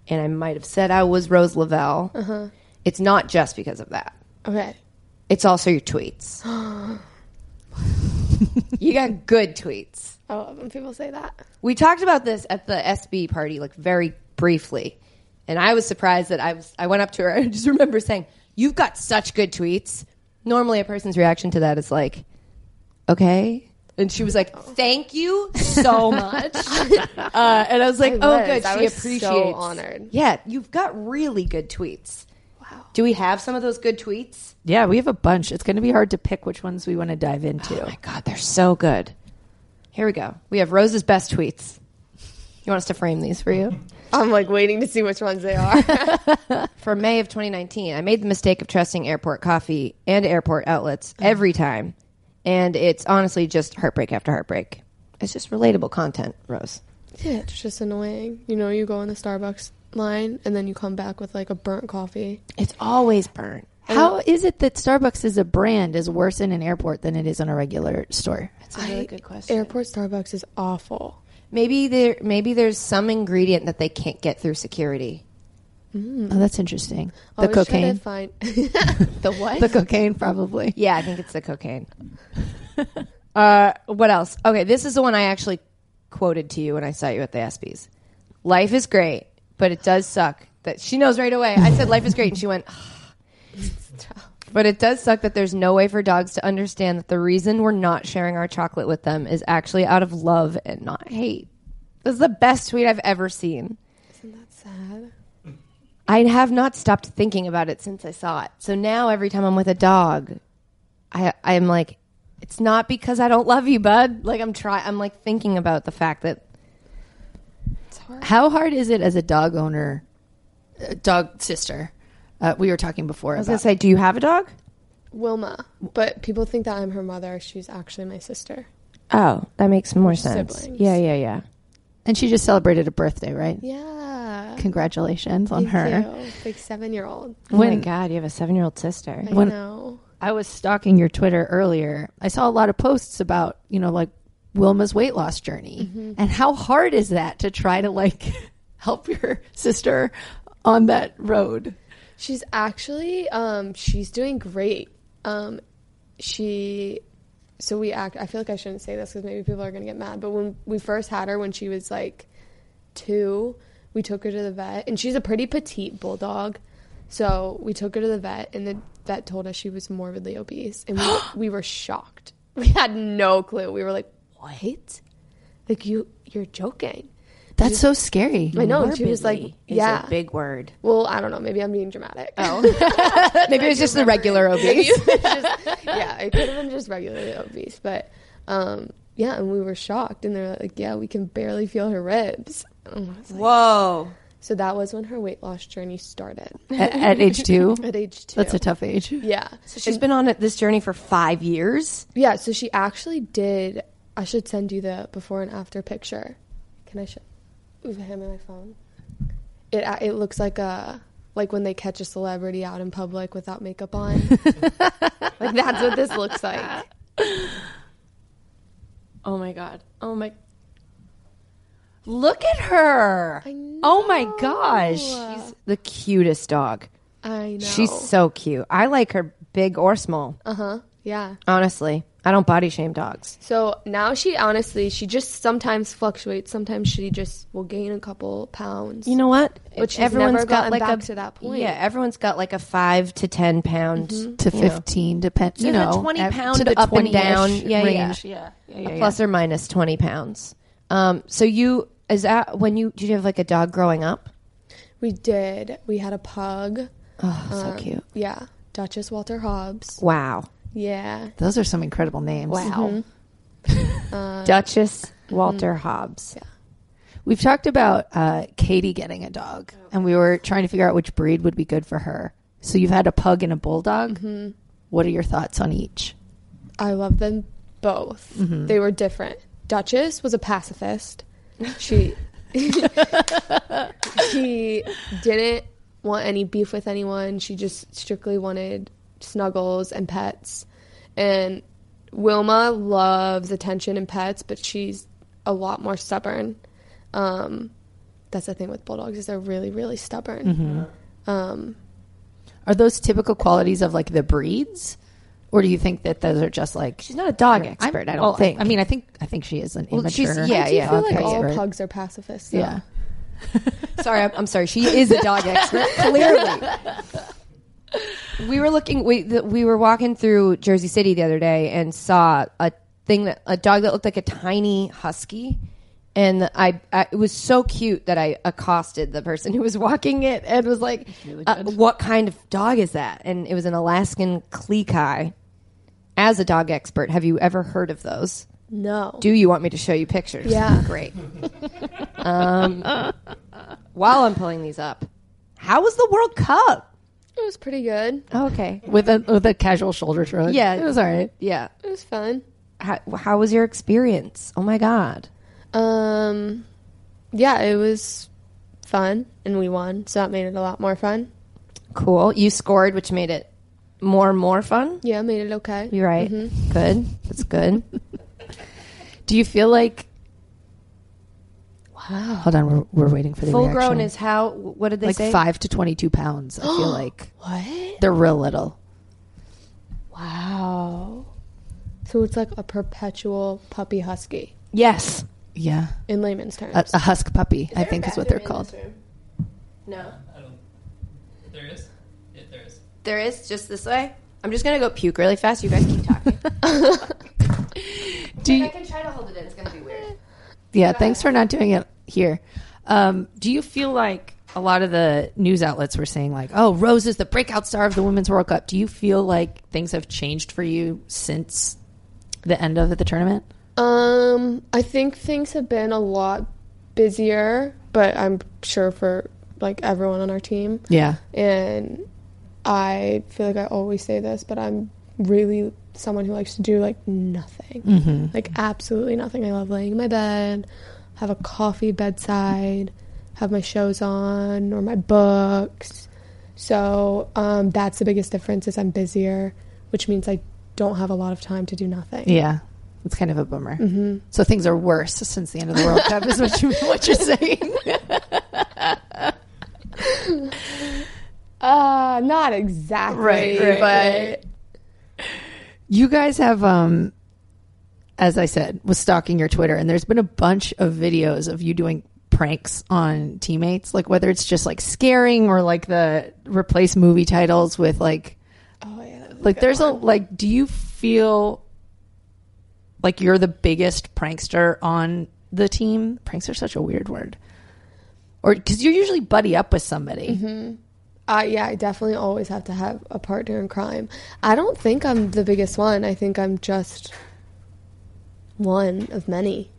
Speaker 4: and I might have said I was Rose Lavelle. It's not just because of that.
Speaker 7: Okay.
Speaker 4: It's also your tweets. you got good tweets.
Speaker 7: I love when people say that.
Speaker 4: We talked about this at the SB party, like very briefly, and I was surprised that I was. I went up to her. (laughs) and I just remember saying, "You've got such good tweets." Normally, a person's reaction to that is like, "Okay," and she was like, "Thank you so
Speaker 7: (laughs)
Speaker 4: much." uh, and I was like,
Speaker 7: I
Speaker 4: "Oh,
Speaker 7: was.
Speaker 4: good." She
Speaker 7: I was so
Speaker 4: appreciates.
Speaker 7: honored.
Speaker 4: Yeah, you've got really good tweets. Wow. Do we have some of those good tweets?
Speaker 2: yeah, we have a bunch. It's going to be hard to pick which ones we want to dive into.
Speaker 4: Oh My God, they're so good. Here we go. We have Rose's best tweets. You want us to frame these for (laughs) you?
Speaker 7: I'm like waiting to see which ones they are.
Speaker 4: For May of 2019, I made the mistake of trusting airport coffee and airport outlets every time. And it's honestly just heartbreak after heartbreak. It's just relatable content, Rose.
Speaker 7: (laughs) yeah, it's just annoying. You know, you go in the Starbucks line and then you come back with like a burnt coffee.
Speaker 4: It's always burnt.
Speaker 2: How is it that Starbucks as a brand is worse in an airport than it is on a regular store?
Speaker 4: That's a really good question.
Speaker 7: Airport Starbucks is awful.
Speaker 4: Maybe there maybe there's some ingredient that they can't get through security.
Speaker 2: Oh, that's interesting. The
Speaker 7: Mm. Always try to
Speaker 2: cocaine.
Speaker 7: Find- (laughs)
Speaker 4: The what?
Speaker 2: The cocaine, probably.
Speaker 4: (laughs) Yeah, I think it's the cocaine. (laughs) uh, what else? Okay, this is the one I actually quoted to you when I saw you at the ESPYS. Life is great, but it does suck that she knows right away. I said life is great, and she went. "Ugh, it's tough." But it does suck that there's no way for dogs to understand that the reason we're not sharing our chocolate with them is actually out of love and not hate. This is the best tweet I've ever seen.
Speaker 7: Sad.
Speaker 4: I have not stopped thinking about it since I saw it. So now every time I'm with a dog, I I'm like, it's not because I don't love you, bud. Like I'm try I'm like thinking about the fact that
Speaker 7: It's hard.
Speaker 2: How hard is it as a dog owner, uh, dog sister? Uh, we were talking before.
Speaker 4: I was
Speaker 2: about-
Speaker 4: gonna say, do you have a dog?
Speaker 7: Wilma. But people think that I'm her mother. She's actually my sister.
Speaker 4: Oh, that makes more sense.
Speaker 7: siblings.
Speaker 4: Yeah, yeah, yeah.
Speaker 2: and she just celebrated a birthday, right?
Speaker 7: Yeah.
Speaker 2: Congratulations on
Speaker 7: Thank
Speaker 2: her.
Speaker 7: you. Big seven year old.
Speaker 4: Oh
Speaker 2: When-
Speaker 4: my god, you have a seven year old sister.
Speaker 7: I
Speaker 2: When-
Speaker 7: know.
Speaker 2: I was stalking your Twitter earlier. I saw a lot of posts about, you know, like Wilma's weight loss journey.
Speaker 7: Mm-hmm.
Speaker 2: And how hard is that to try to like (laughs) help your sister on that road?
Speaker 7: She's actually um she's doing great. Um she so we act I feel like I shouldn't say this cuz maybe people are going to get mad, but when we first had her when she was like 2, we took her to the vet and she's a pretty petite bulldog. So we took her to the vet and the vet told us she was morbidly obese and we, we were shocked. We had no clue. We were like, "What? Like you you're joking."
Speaker 2: That's so scary.
Speaker 7: I
Speaker 4: Oh,
Speaker 7: know. And she was like, "Yeah."
Speaker 4: big word.
Speaker 7: Well, I don't know. Maybe I'm being dramatic. Oh.
Speaker 4: (laughs) Maybe it's just the regular obese.
Speaker 7: yeah, it could have been just regularly obese, but Um, yeah, and we were shocked, and they're like, "Yeah, we can barely feel her ribs." And I was like-
Speaker 3: Whoa.
Speaker 7: so that was when her weight loss journey started
Speaker 2: at, at age two.
Speaker 7: (laughs) at age two.
Speaker 2: That's a tough age.
Speaker 7: yeah,
Speaker 3: So she's been on this journey for five years.
Speaker 7: yeah. So she actually did. I should send you the before and after picture. Can I show? Ooh, I have it on my phone. It a- it looks like a like when they catch a celebrity out in public without makeup (laughs) on. like that's what this looks like.
Speaker 3: Oh my god. Oh my.
Speaker 2: Look at her.
Speaker 7: I know.
Speaker 2: Oh my gosh.
Speaker 3: She's the cutest dog.
Speaker 7: I know.
Speaker 4: She's so cute. I like her big or small.
Speaker 7: uh huh. Yeah.
Speaker 4: Honestly, I don't body shame dogs.
Speaker 7: So now she honestly she just sometimes fluctuates. Sometimes she just will gain a couple pounds.
Speaker 4: You know what?
Speaker 7: But she's never gotten back to that point.
Speaker 4: Yeah, everyone's got like a five to ten pound,
Speaker 2: To
Speaker 4: Mm-hmm. you know,
Speaker 2: 15, depend, you
Speaker 4: There's a
Speaker 2: know,
Speaker 4: 20
Speaker 2: ev-
Speaker 4: pound
Speaker 2: to the
Speaker 4: up and
Speaker 2: 20-ish
Speaker 4: down. Yeah, yeah.
Speaker 2: range. Yeah, yeah, yeah,
Speaker 4: a
Speaker 2: yeah.
Speaker 4: plus or minus twenty pounds. Um, so you is that when you did you have like a dog growing up?
Speaker 7: we did. We had a pug.
Speaker 4: Oh, so cute!
Speaker 7: Yeah. Duchess Walter Hobbs.
Speaker 4: Wow,
Speaker 7: Yeah.
Speaker 2: Those are some incredible names.
Speaker 4: wow. Uh, Duchess Walter Hobbs.
Speaker 2: We've talked about uh, Katie getting a dog, and we were trying to figure out which breed would be good for her. So you've had a pug and a bulldog.
Speaker 4: Mm-hmm.
Speaker 2: What are your thoughts on each?
Speaker 7: I love them both. They were different. Duchess was a pacifist. She she didn't want any beef with anyone. She just strictly wanted snuggles and pets. And Wilma loves attention and pets, but she's a lot more stubborn. Um, that's the thing with bulldogs is they're really, really stubborn. Um,
Speaker 2: Are those typical qualities of like the breeds, or do you think that those are just like
Speaker 4: She's not a dog expert. I don't
Speaker 2: well,
Speaker 4: think.
Speaker 2: I mean, I think I think she is an
Speaker 4: Well, she's-
Speaker 2: immature.
Speaker 4: yeah,
Speaker 7: I do
Speaker 4: yeah.
Speaker 7: feel like
Speaker 2: dog
Speaker 7: all
Speaker 2: expert.
Speaker 7: pugs are pacifists. though.
Speaker 2: Yeah.
Speaker 4: Sorry, I'm, I'm sorry. She is a dog expert, clearly. We were looking. We the, we were walking through Jersey City the other day and saw a thing that a dog that looked like a tiny husky, and I, I it was so cute that I accosted the person who was walking it and was like, uh, "What kind of dog is that?" And it was an Alaskan Klekai. As a dog expert, have you ever heard of those?
Speaker 7: No.
Speaker 4: Do you want me to show you pictures?
Speaker 7: Yeah.
Speaker 4: (laughs) Great. um, while I'm pulling these up, how was the World Cup?
Speaker 7: It was pretty good.
Speaker 4: Oh, okay.
Speaker 2: with a with a casual shoulder shrug.
Speaker 4: Yeah.
Speaker 2: it was all right.
Speaker 4: Yeah.
Speaker 7: It was fun.
Speaker 4: How, how was your experience? Oh my God.
Speaker 7: Um, yeah, it was fun, and we won, so that made it a lot more fun.
Speaker 4: Cool. You scored, which made it more and more fun.
Speaker 7: Yeah, made it okay.
Speaker 4: You're right. Good. That's good.
Speaker 2: Do you feel like? Wow. Hold on, we're, we're waiting for the
Speaker 4: Full grown
Speaker 2: reaction.
Speaker 4: is how, what did they
Speaker 2: like
Speaker 4: say?
Speaker 2: five to twenty two pounds.
Speaker 4: (gasps)
Speaker 2: I feel like
Speaker 7: What?
Speaker 2: they're real little.
Speaker 4: Wow.
Speaker 7: So it's like a perpetual puppy husky
Speaker 4: Yes.
Speaker 2: Yeah,
Speaker 7: in layman's terms.
Speaker 2: a, a husk puppy. I think is what they're called.
Speaker 4: No.
Speaker 5: There is? Yeah, there is.
Speaker 4: There is just this way. I'm just going to go puke really fast. You guys keep (laughs) talking.
Speaker 2: Do you,
Speaker 4: can try to hold it in. It's going to be weird.
Speaker 2: yeah, thanks for not doing it here. Um, do you feel like a lot of the news outlets were saying like, "Oh, Rose is the breakout star of the Women's World Cup." Do you feel like things have changed for you since the end of the tournament?
Speaker 7: Um, I think things have been a lot busier, but I'm sure for like everyone on our team.
Speaker 2: Yeah,
Speaker 7: and I feel like I always say this, but I'm really someone who likes to do like nothing,
Speaker 2: Mm-hmm.
Speaker 7: like absolutely nothing. I love laying in my bed, have a coffee bedside, have my shows on or my books. So um, that's the biggest difference is I'm busier, which means I don't have a lot of time to do nothing.
Speaker 2: yeah. It's kind of a bummer. Mm-hmm. So things are worse since the end of the World Cup, is what, you, what you're saying.
Speaker 7: Uh, not exactly,
Speaker 2: Right, right,
Speaker 7: but
Speaker 2: You guys have, um, as I said, was stalking your Twitter, and there's been a bunch of videos of you doing pranks on teammates, like whether it's just like scaring or like the replace movie titles with like,
Speaker 7: oh yeah, that was a
Speaker 2: like
Speaker 7: good
Speaker 2: there's
Speaker 7: one.
Speaker 2: a like. Do you feel like you're the biggest prankster on the team? Pranks are such a weird word, or because you're usually buddy up with somebody. (laughs)
Speaker 7: Uh, yeah, I definitely always have to have a partner in crime. I don't think I'm the biggest one. I think I'm just one of many.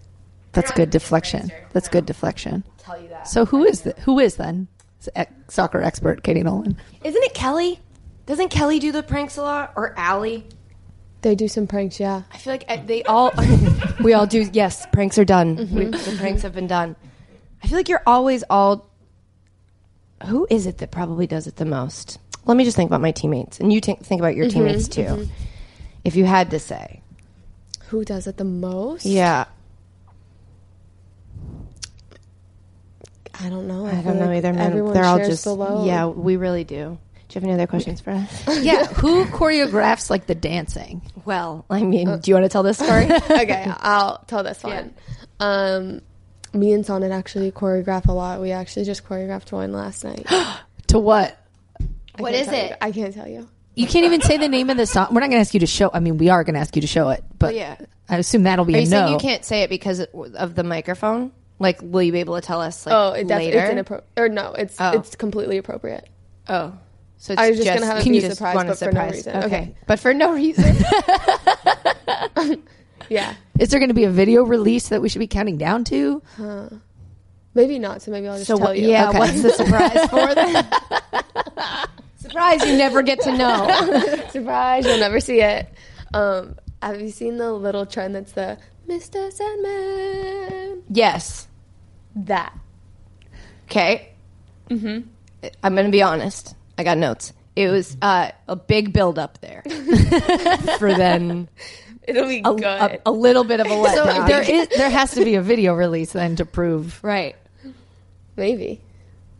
Speaker 3: That's good deflection. That's good deflection. Tell you that. So who is the, who is then S- ec- soccer expert Katie Nolan?
Speaker 1: Isn't it Kelly? Doesn't Kelly do the pranks a lot? Or Allie?
Speaker 7: They do some pranks, yeah.
Speaker 4: I feel like I- they all, (laughs) we all do. Yes, pranks are done. We, the pranks have been done. I feel like you're always all. Who is it that probably does it the most? Let me just think about my teammates, and you t- think about your teammates too. If you had to say,
Speaker 7: Who does it the most?
Speaker 4: yeah,
Speaker 7: I don't know.
Speaker 4: I
Speaker 7: feel
Speaker 4: don't know
Speaker 7: like
Speaker 4: either. Man,
Speaker 7: Everyone
Speaker 4: they're all
Speaker 7: shares
Speaker 4: just
Speaker 7: the load.
Speaker 4: yeah. We really do. Do you have any other questions for us?
Speaker 3: Yeah, who choreographs like the dancing?
Speaker 4: (laughs) well, I mean, do you want to tell this (laughs) story?
Speaker 7: (laughs) okay, I'll tell this one. Um, me and Sonnet actually choreograph a lot. We actually just choreographed one last night.
Speaker 3: To what?
Speaker 7: (gasps) what
Speaker 1: is it?
Speaker 7: I can't tell you.
Speaker 3: You can't even say the name of the song. We're not going to ask you to show. I mean, we are going to ask you to show it, but
Speaker 4: Oh, yeah.
Speaker 3: I assume that'll be
Speaker 4: Are
Speaker 3: a
Speaker 4: you
Speaker 3: no.
Speaker 4: saying you can't say it because of the microphone? Like, will you be able to tell us? Like,
Speaker 7: Oh, it def-
Speaker 4: later.
Speaker 7: it's inappropriate. Or no, it's it's completely appropriate.
Speaker 4: Oh. So it's
Speaker 7: I was just gonna have it
Speaker 4: can
Speaker 7: be
Speaker 4: you
Speaker 7: a
Speaker 4: just
Speaker 7: surprise,
Speaker 4: want a
Speaker 7: but for no
Speaker 4: surprise.
Speaker 7: reason.
Speaker 4: Okay.
Speaker 7: Okay.
Speaker 4: (laughs) But for no
Speaker 7: (laughs)
Speaker 4: reason.
Speaker 7: Yeah,
Speaker 3: Is there going to be a video release that we should be counting down to?
Speaker 7: maybe not. So maybe I'll just
Speaker 4: so
Speaker 7: tell
Speaker 4: what,
Speaker 7: you.
Speaker 4: yeah,
Speaker 3: Okay.
Speaker 4: what's the
Speaker 7: (laughs)
Speaker 4: surprise for them? (laughs) surprise you never get to know.
Speaker 7: (laughs) Surprise! You'll never see it. Um, have you seen the little trend that's the Mr. Sandman?
Speaker 4: yes.
Speaker 7: That Mm-hmm.
Speaker 4: Okay. Mhm. I'm going to be honest. I got notes. It was uh, a big build up there for then
Speaker 7: it'll be
Speaker 4: a,
Speaker 7: (laughs) good.
Speaker 4: a, a little bit of a
Speaker 3: So
Speaker 4: letdown.
Speaker 3: there is there has to be a video release then to prove.
Speaker 4: (laughs) right.
Speaker 7: Maybe.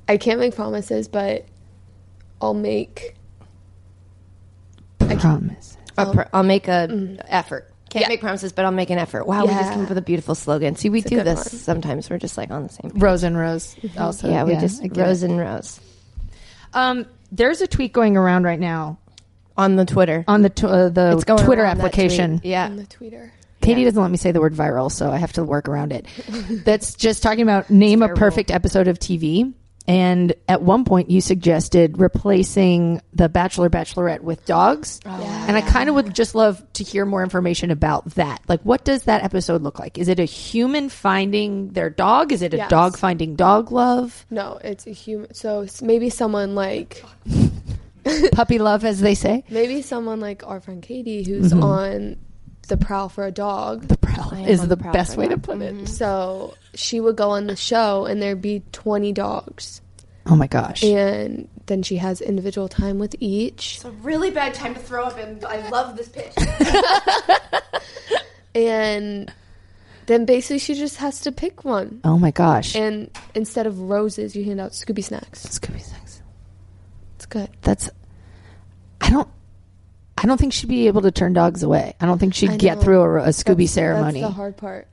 Speaker 7: I can't make promises, but I'll make.
Speaker 3: Promise.
Speaker 4: I'll, pr- I'll make a
Speaker 3: mm.
Speaker 4: effort. Can't make promises, but I'll make an effort. Wow, we just
Speaker 7: Yeah.
Speaker 4: came up with a beautiful slogan. See, we do
Speaker 7: good
Speaker 4: this
Speaker 7: one.
Speaker 4: sometimes. We're just like on the same. Page.
Speaker 3: Rose and Rose also.
Speaker 4: yeah, we just
Speaker 3: I get
Speaker 4: rose
Speaker 3: it.
Speaker 4: and rose
Speaker 3: Um, there's a tweet going around right now
Speaker 4: on the Twitter.
Speaker 3: on the tw- uh, the
Speaker 4: It's going
Speaker 3: Twitter
Speaker 4: around that
Speaker 3: application.
Speaker 4: tweet. Yeah,
Speaker 7: on the tweeter.
Speaker 3: Katie doesn't let me say the word viral, so I have to work around it. (laughs) That's just talking about name a perfect episode of TV. And at one point, you suggested replacing the Bachelor Bachelorette with dogs.
Speaker 7: Oh,
Speaker 3: and I kind of would just love to hear more information about that. Like, what does that episode look like? Is it a human finding their dog? Is it a
Speaker 7: Yes.
Speaker 3: dog finding dog love?
Speaker 7: No, it's a human. So it's maybe someone like (laughs)
Speaker 3: Puppy love, as they say? Mm-hmm.
Speaker 7: maybe someone like our friend Katie who's on the prowl for a dog.
Speaker 3: The prowl is
Speaker 4: on
Speaker 3: the
Speaker 4: the prowl
Speaker 3: best
Speaker 4: for
Speaker 3: way to
Speaker 4: that.
Speaker 3: put it.
Speaker 7: So she would go on the show and there'd be 20 dogs.
Speaker 3: Oh my gosh.
Speaker 7: And then she has individual time with each.
Speaker 1: It's a really bad time to throw up, and I love this pitch.
Speaker 7: (laughs) And then basically she just has to pick one.
Speaker 3: Oh my gosh.
Speaker 7: And instead of roses, you hand out Scooby snacks.
Speaker 3: Scooby Snacks.
Speaker 7: It's good.
Speaker 3: that's i don't i don't think she'd be able to turn dogs away i don't think she'd
Speaker 7: I
Speaker 3: get
Speaker 7: know.
Speaker 3: through a, a scooby
Speaker 7: That's-
Speaker 3: ceremony
Speaker 7: That's the hard part.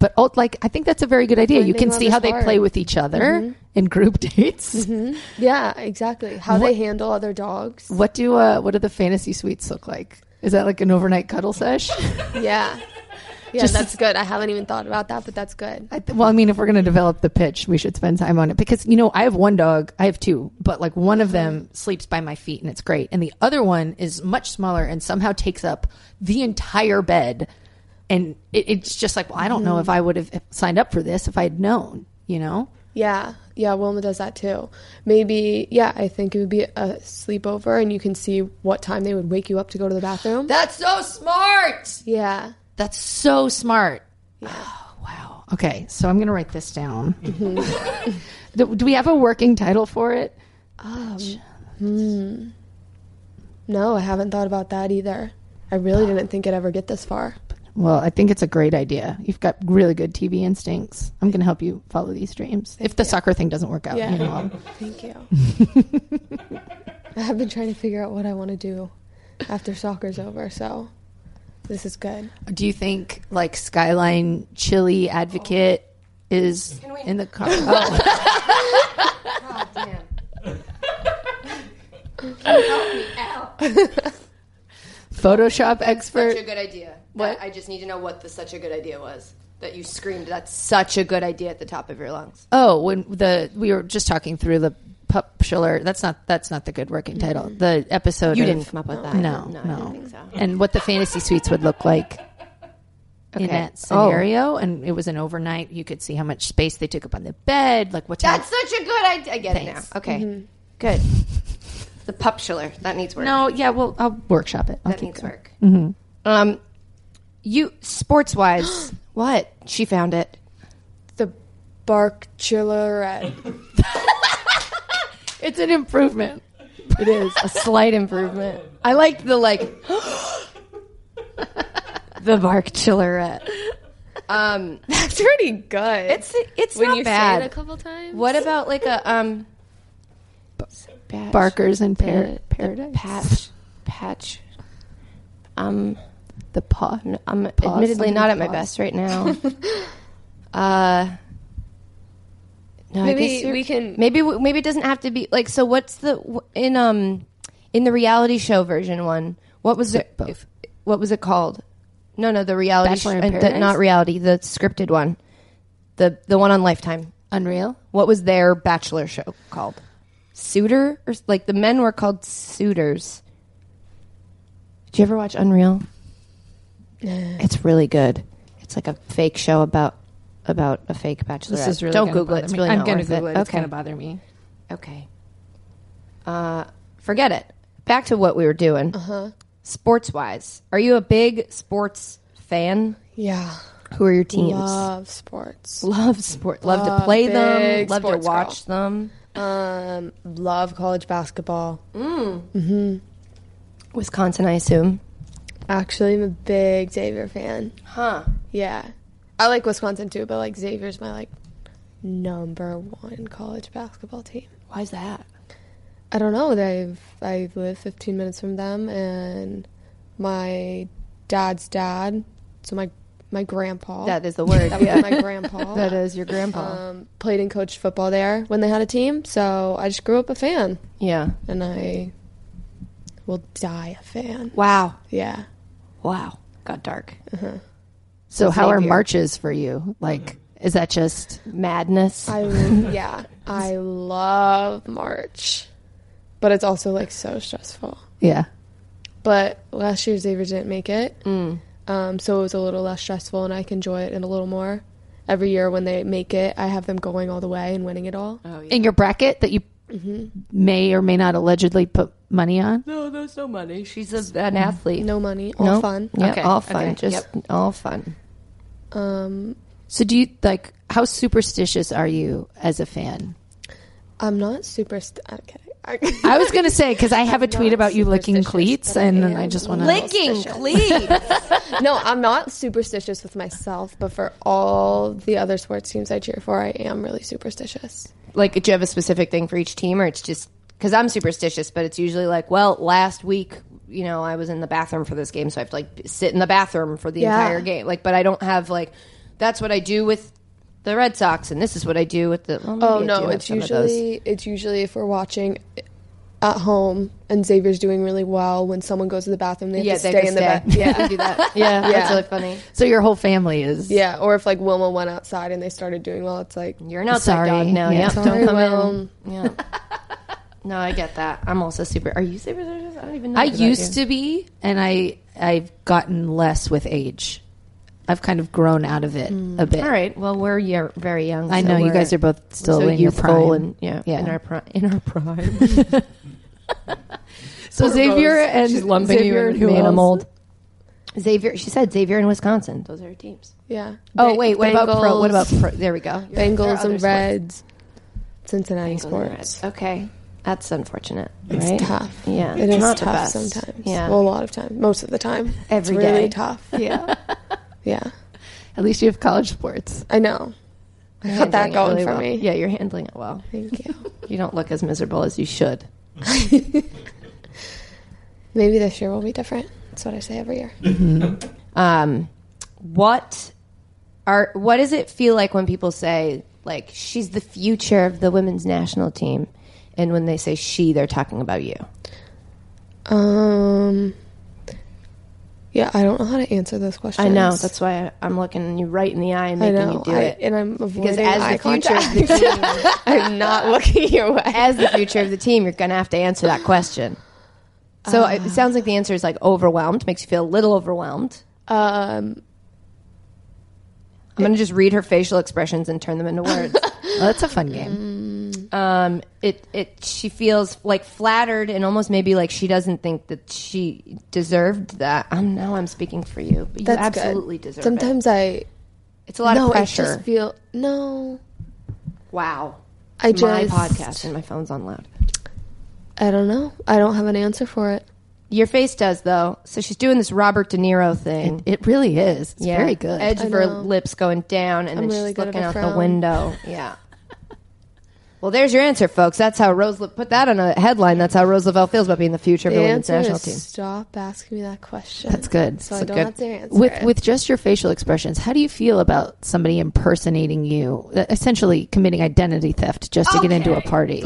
Speaker 3: but oh, like i think that's a very good idea you
Speaker 7: Finding
Speaker 3: can
Speaker 7: love
Speaker 3: see
Speaker 7: is
Speaker 3: how they
Speaker 7: hard.
Speaker 3: play with each other in group (laughs) dates
Speaker 7: Yeah, exactly. How they handle other dogs.
Speaker 3: what do uh what do the fantasy suites look like is that like an overnight cuddle sesh
Speaker 1: (laughs)
Speaker 7: Yeah. Yeah, that's good. I haven't even thought about that, but that's good.
Speaker 3: I th- well, I mean, if we're going to develop the pitch, we should spend time on it because, you know, I have one dog, I have two, but like one of them sleeps by my feet and it's great. And the other one is much smaller and somehow takes up the entire bed. And it, it's just like, well, I don't know if I would have signed up for this if I had known, you know?
Speaker 7: Yeah. Yeah, Wilma does that too. Maybe, yeah, I think it would be a sleepover and you can see what time they would wake you up to go to the bathroom.
Speaker 3: That's so smart.
Speaker 7: yeah.
Speaker 3: That's so smart. Oh, (sighs) wow. Okay. So I'm going to write this down. do, do we have a working title for it?
Speaker 7: No, I haven't thought about that either. I really didn't think I'd ever get this far.
Speaker 3: Well, I think it's a great idea. You've got really good TV instincts. I'm going to help you follow these dreams. If the soccer thing doesn't work out,
Speaker 7: Yeah.
Speaker 3: you know, I'll-
Speaker 7: Thank (laughs) you. I have been trying to figure out what I want to do after soccer's over, so this is good.
Speaker 3: (laughs) do you think like Skyline Chili Advocate is in
Speaker 4: (laughs)
Speaker 3: the car? Oh, Photoshop
Speaker 4: Such a
Speaker 3: expert.
Speaker 4: good idea. What? I just need to know what the such a good idea was that you screamed. That's such a good idea at the top of your lungs.
Speaker 3: Oh, when the we were just talking through the pup schiller. That's not that's not the good working title. The episode
Speaker 4: You
Speaker 3: of-
Speaker 4: didn't come up with that.
Speaker 3: No,
Speaker 4: no,
Speaker 3: no.
Speaker 4: I didn't think so.
Speaker 3: And what the fantasy suites would look like.
Speaker 2: in that scenario, and it was an overnight. You could see how much space they took up on the bed, like what time.
Speaker 4: That's such a good idea. I get
Speaker 2: Thanks.
Speaker 4: it now. Okay.
Speaker 3: Mm-hmm.
Speaker 4: Good. The pupsular. That needs work.
Speaker 2: no, yeah, well, I'll workshop it. I'll
Speaker 4: That
Speaker 2: keep
Speaker 4: needs
Speaker 2: going.
Speaker 4: work.
Speaker 7: Mm-hmm.
Speaker 4: Um, you sports
Speaker 7: (gasps)
Speaker 4: wise, what she found it.
Speaker 7: The bark chillerette.
Speaker 2: It's an improvement.
Speaker 4: It is a slight improvement. I liked the
Speaker 7: (gasps)
Speaker 4: like the bark chillerette. (laughs) Um,
Speaker 7: That's pretty good.
Speaker 4: it's it's
Speaker 7: when
Speaker 4: not
Speaker 7: you
Speaker 4: bad.
Speaker 7: say it a couple times.
Speaker 4: what about like a um patch,
Speaker 3: (laughs) Barkers and par-
Speaker 4: the
Speaker 3: Paradise.
Speaker 4: patch patch um
Speaker 3: The paw.
Speaker 4: n- I'm admittedly
Speaker 3: something
Speaker 4: not at my
Speaker 3: pause.
Speaker 4: best
Speaker 3: (laughs)
Speaker 4: right now. uh, no, I guess
Speaker 7: Maybe
Speaker 4: you're-
Speaker 7: we can.
Speaker 4: maybe w- maybe it doesn't have to be like. So what's the w- in um in the reality show version one? What was it? if- what was it called? No, no, the reality sh-
Speaker 3: Bachelor in
Speaker 4: and the-
Speaker 3: Paradise?
Speaker 4: not reality, the scripted one, the the one on Lifetime.
Speaker 3: Unreal.
Speaker 4: What was their bachelor show called? Suitor or s- like the men were called suitors. Did you ever watch Unreal? it's really good. It's like a fake show about about a fake bachelorette.
Speaker 2: This is really
Speaker 4: don't
Speaker 2: gonna
Speaker 4: Google it.
Speaker 2: bother
Speaker 4: It's
Speaker 2: me.
Speaker 4: really
Speaker 2: I'm
Speaker 4: not
Speaker 2: gonna
Speaker 4: worth
Speaker 2: Google it.
Speaker 4: Okay.
Speaker 2: It's gonna bother me.
Speaker 4: Okay. Uh, forget it. Back to what we were doing. Uh huh. Sports wise, are you a big sports fan?
Speaker 7: Yeah.
Speaker 4: Who are your teams?
Speaker 7: Love sports.
Speaker 4: Love sport. Love, to play them.
Speaker 7: big
Speaker 4: Love to
Speaker 7: sports
Speaker 4: watch them.
Speaker 7: Um, love college basketball.
Speaker 4: Wisconsin, I assume.
Speaker 7: Actually, I'm a big Xavier fan.
Speaker 4: Huh.
Speaker 7: Yeah. I like Wisconsin too, but like Xavier's my like number one college basketball team.
Speaker 4: Why is that?
Speaker 7: I don't know. They've I live 15 minutes from them, and my dad's dad, so my my grandpa.
Speaker 4: That
Speaker 7: (laughs)
Speaker 4: is the word.
Speaker 7: that was my
Speaker 4: (laughs)
Speaker 7: grandpa.
Speaker 4: That is your grandpa.
Speaker 7: um, played and coached football there when they had a team. So I just grew up a fan,
Speaker 4: yeah.
Speaker 7: and I will die a fan.
Speaker 4: Wow.
Speaker 7: Yeah.
Speaker 4: Wow. Got dark.
Speaker 3: So, how are
Speaker 4: Xavier.
Speaker 3: marches for you? Like, is that just
Speaker 4: Madness.
Speaker 7: I yeah, I love March, but it's also like so stressful.
Speaker 3: yeah?
Speaker 7: But last year Xavier didn't make it,
Speaker 3: Mm.
Speaker 7: um, so it was a little less stressful, and I can enjoy it in a little more. Every year when they make it, I have them going all the way and winning it all.
Speaker 3: In your bracket that you may or may not allegedly put money on?
Speaker 4: no, there's no money. She's a, an athlete.
Speaker 7: No money, all
Speaker 4: No.
Speaker 7: fun.
Speaker 4: Yeah,
Speaker 2: Okay.
Speaker 4: all fun.
Speaker 2: Okay.
Speaker 4: Just all fun.
Speaker 7: Um,
Speaker 3: So, do you like how superstitious are you as a fan?
Speaker 7: I'm not super. St- okay. I-
Speaker 3: I was gonna say because I have a tweet
Speaker 7: not
Speaker 3: about you licking
Speaker 7: superstitious,
Speaker 3: cleats,
Speaker 7: but I
Speaker 3: and I
Speaker 7: am
Speaker 3: just want to
Speaker 1: Licking, please.
Speaker 7: (laughs) no, I'm not superstitious with myself, but for all the other sports teams I cheer for, I am really superstitious.
Speaker 4: (laughs) Like, do you have a specific thing for each team, or it's just because I'm superstitious? But it's usually like, well, last week, you know, I was in the bathroom for this game, so I have to like sit in the bathroom for the
Speaker 7: Yeah.
Speaker 4: entire game. Like, but I don't have like that's what I do with the Red Sox, and this is what I do with the. well,
Speaker 7: Oh
Speaker 4: maybe I do
Speaker 7: no,
Speaker 4: have
Speaker 7: it's
Speaker 4: some of those.
Speaker 7: usually it's usually if we're watching at home and Xavier's doing really well. When someone goes to the bathroom, they have
Speaker 4: yeah,
Speaker 7: to
Speaker 4: they
Speaker 7: stay in the
Speaker 4: back.
Speaker 7: bathroom.
Speaker 4: Yeah,
Speaker 7: (laughs)
Speaker 4: we do that. Yeah, that's really funny.
Speaker 3: So your whole family is
Speaker 7: Yeah, or if like Wilma went outside and they started doing well, it's like
Speaker 4: You're an outside
Speaker 3: Sorry.
Speaker 4: dog now.
Speaker 3: Yeah.
Speaker 4: Yeah,
Speaker 7: Sorry,
Speaker 4: don't come
Speaker 7: Will.
Speaker 4: in. Yeah. (laughs) No, I get that. I'm also super. Are you superstitious? I don't even know.
Speaker 3: I
Speaker 4: about you.
Speaker 3: used to be, and I I've gotten less with age. I've kind of grown out of it a bit.
Speaker 4: All right. Well, we're yo- very young.
Speaker 3: I
Speaker 4: so
Speaker 3: know you
Speaker 4: we're-
Speaker 3: guys are both still
Speaker 4: so
Speaker 3: in your prime.
Speaker 4: youthful and yeah,
Speaker 3: Yeah.
Speaker 4: in our prime. In our prime.
Speaker 3: so Xavier and
Speaker 4: She's lumping
Speaker 3: Xavier
Speaker 4: you
Speaker 3: and
Speaker 4: and
Speaker 3: who else?
Speaker 4: Manimal. Xavier. She said Xavier in Wisconsin. Those are her teams.
Speaker 7: yeah.
Speaker 4: Oh
Speaker 7: Ba-
Speaker 4: wait, what about pro? What about
Speaker 7: Bengals-
Speaker 4: pro? There we go.
Speaker 7: Bengals and Reds? Cincinnati sports.
Speaker 4: Okay, that's unfortunate.
Speaker 7: It's
Speaker 4: right?
Speaker 7: tough.
Speaker 4: Yeah,
Speaker 7: It is
Speaker 4: not the best.
Speaker 7: tough sometimes.
Speaker 4: Yeah.
Speaker 7: Well, a lot of time, most of the time.
Speaker 4: Every
Speaker 7: it's really
Speaker 4: day.
Speaker 7: tough.
Speaker 4: yeah.
Speaker 7: Yeah,
Speaker 3: At least you have college sports.
Speaker 7: I know. I got that going for me.
Speaker 4: Yeah, you're handling it well.
Speaker 7: Thank you.
Speaker 4: You don't look as miserable as you should.
Speaker 7: (laughs) Maybe this year will be different. That's what I say every year.
Speaker 4: um, what are what does it feel like when people say like she's the future of the women's national team and when they say she they're talking about you
Speaker 7: Um. Yeah, I don't know how to answer this question.
Speaker 4: i know that's why I, am looking you right in the eye and making you do
Speaker 7: I-
Speaker 4: it
Speaker 7: and I'm avoiding
Speaker 4: because as
Speaker 7: eye
Speaker 4: the future (laughs) of
Speaker 7: contact.
Speaker 4: the team
Speaker 7: I'm not looking your way.
Speaker 4: as the future of the team you're gonna have to answer that question so it sounds like the answer is like overwhelmed makes you feel a little overwhelmed
Speaker 7: Um,
Speaker 4: I'm gonna just read her facial expressions and turn them into
Speaker 7: (laughs)
Speaker 4: words.
Speaker 3: Well, that's a fun game.
Speaker 4: um, it it she feels like flattered and almost maybe like she doesn't think that she deserved that. I know I'm speaking for you, but
Speaker 7: That's
Speaker 4: you absolutely
Speaker 7: good.
Speaker 4: deserve it.
Speaker 7: Sometimes I
Speaker 4: It's a lot
Speaker 7: no,
Speaker 4: of
Speaker 7: I
Speaker 4: pressure.
Speaker 7: just feel no.
Speaker 4: wow,
Speaker 7: I just
Speaker 4: my podcast and my phone's on loud.
Speaker 7: I don't know. I don't have an answer for it.
Speaker 4: Your face does though. So she's doing this Robert De Niro thing.
Speaker 3: It really is. It's
Speaker 4: yeah,
Speaker 3: very good.
Speaker 4: Edge of
Speaker 7: I
Speaker 4: her
Speaker 7: know.
Speaker 4: lips going down, and
Speaker 7: I'm
Speaker 4: then
Speaker 7: really
Speaker 4: she's
Speaker 7: good at
Speaker 4: looking
Speaker 7: a
Speaker 4: out the
Speaker 7: frown. (laughs)
Speaker 4: window. Yeah. Well, there's your answer, folks. That's how Roosevelt put that on a headline. That's how Roosevelt feels about being the future of
Speaker 7: The
Speaker 4: the women's
Speaker 7: answer
Speaker 4: national
Speaker 7: is
Speaker 4: team.
Speaker 7: stop asking me that question.
Speaker 3: That's good.
Speaker 7: So
Speaker 3: That's
Speaker 7: I don't
Speaker 3: good.
Speaker 7: have to answer
Speaker 3: With
Speaker 7: it.
Speaker 3: with just your facial expressions, how do you feel about somebody impersonating you, Uh, essentially committing identity theft just to get into a party?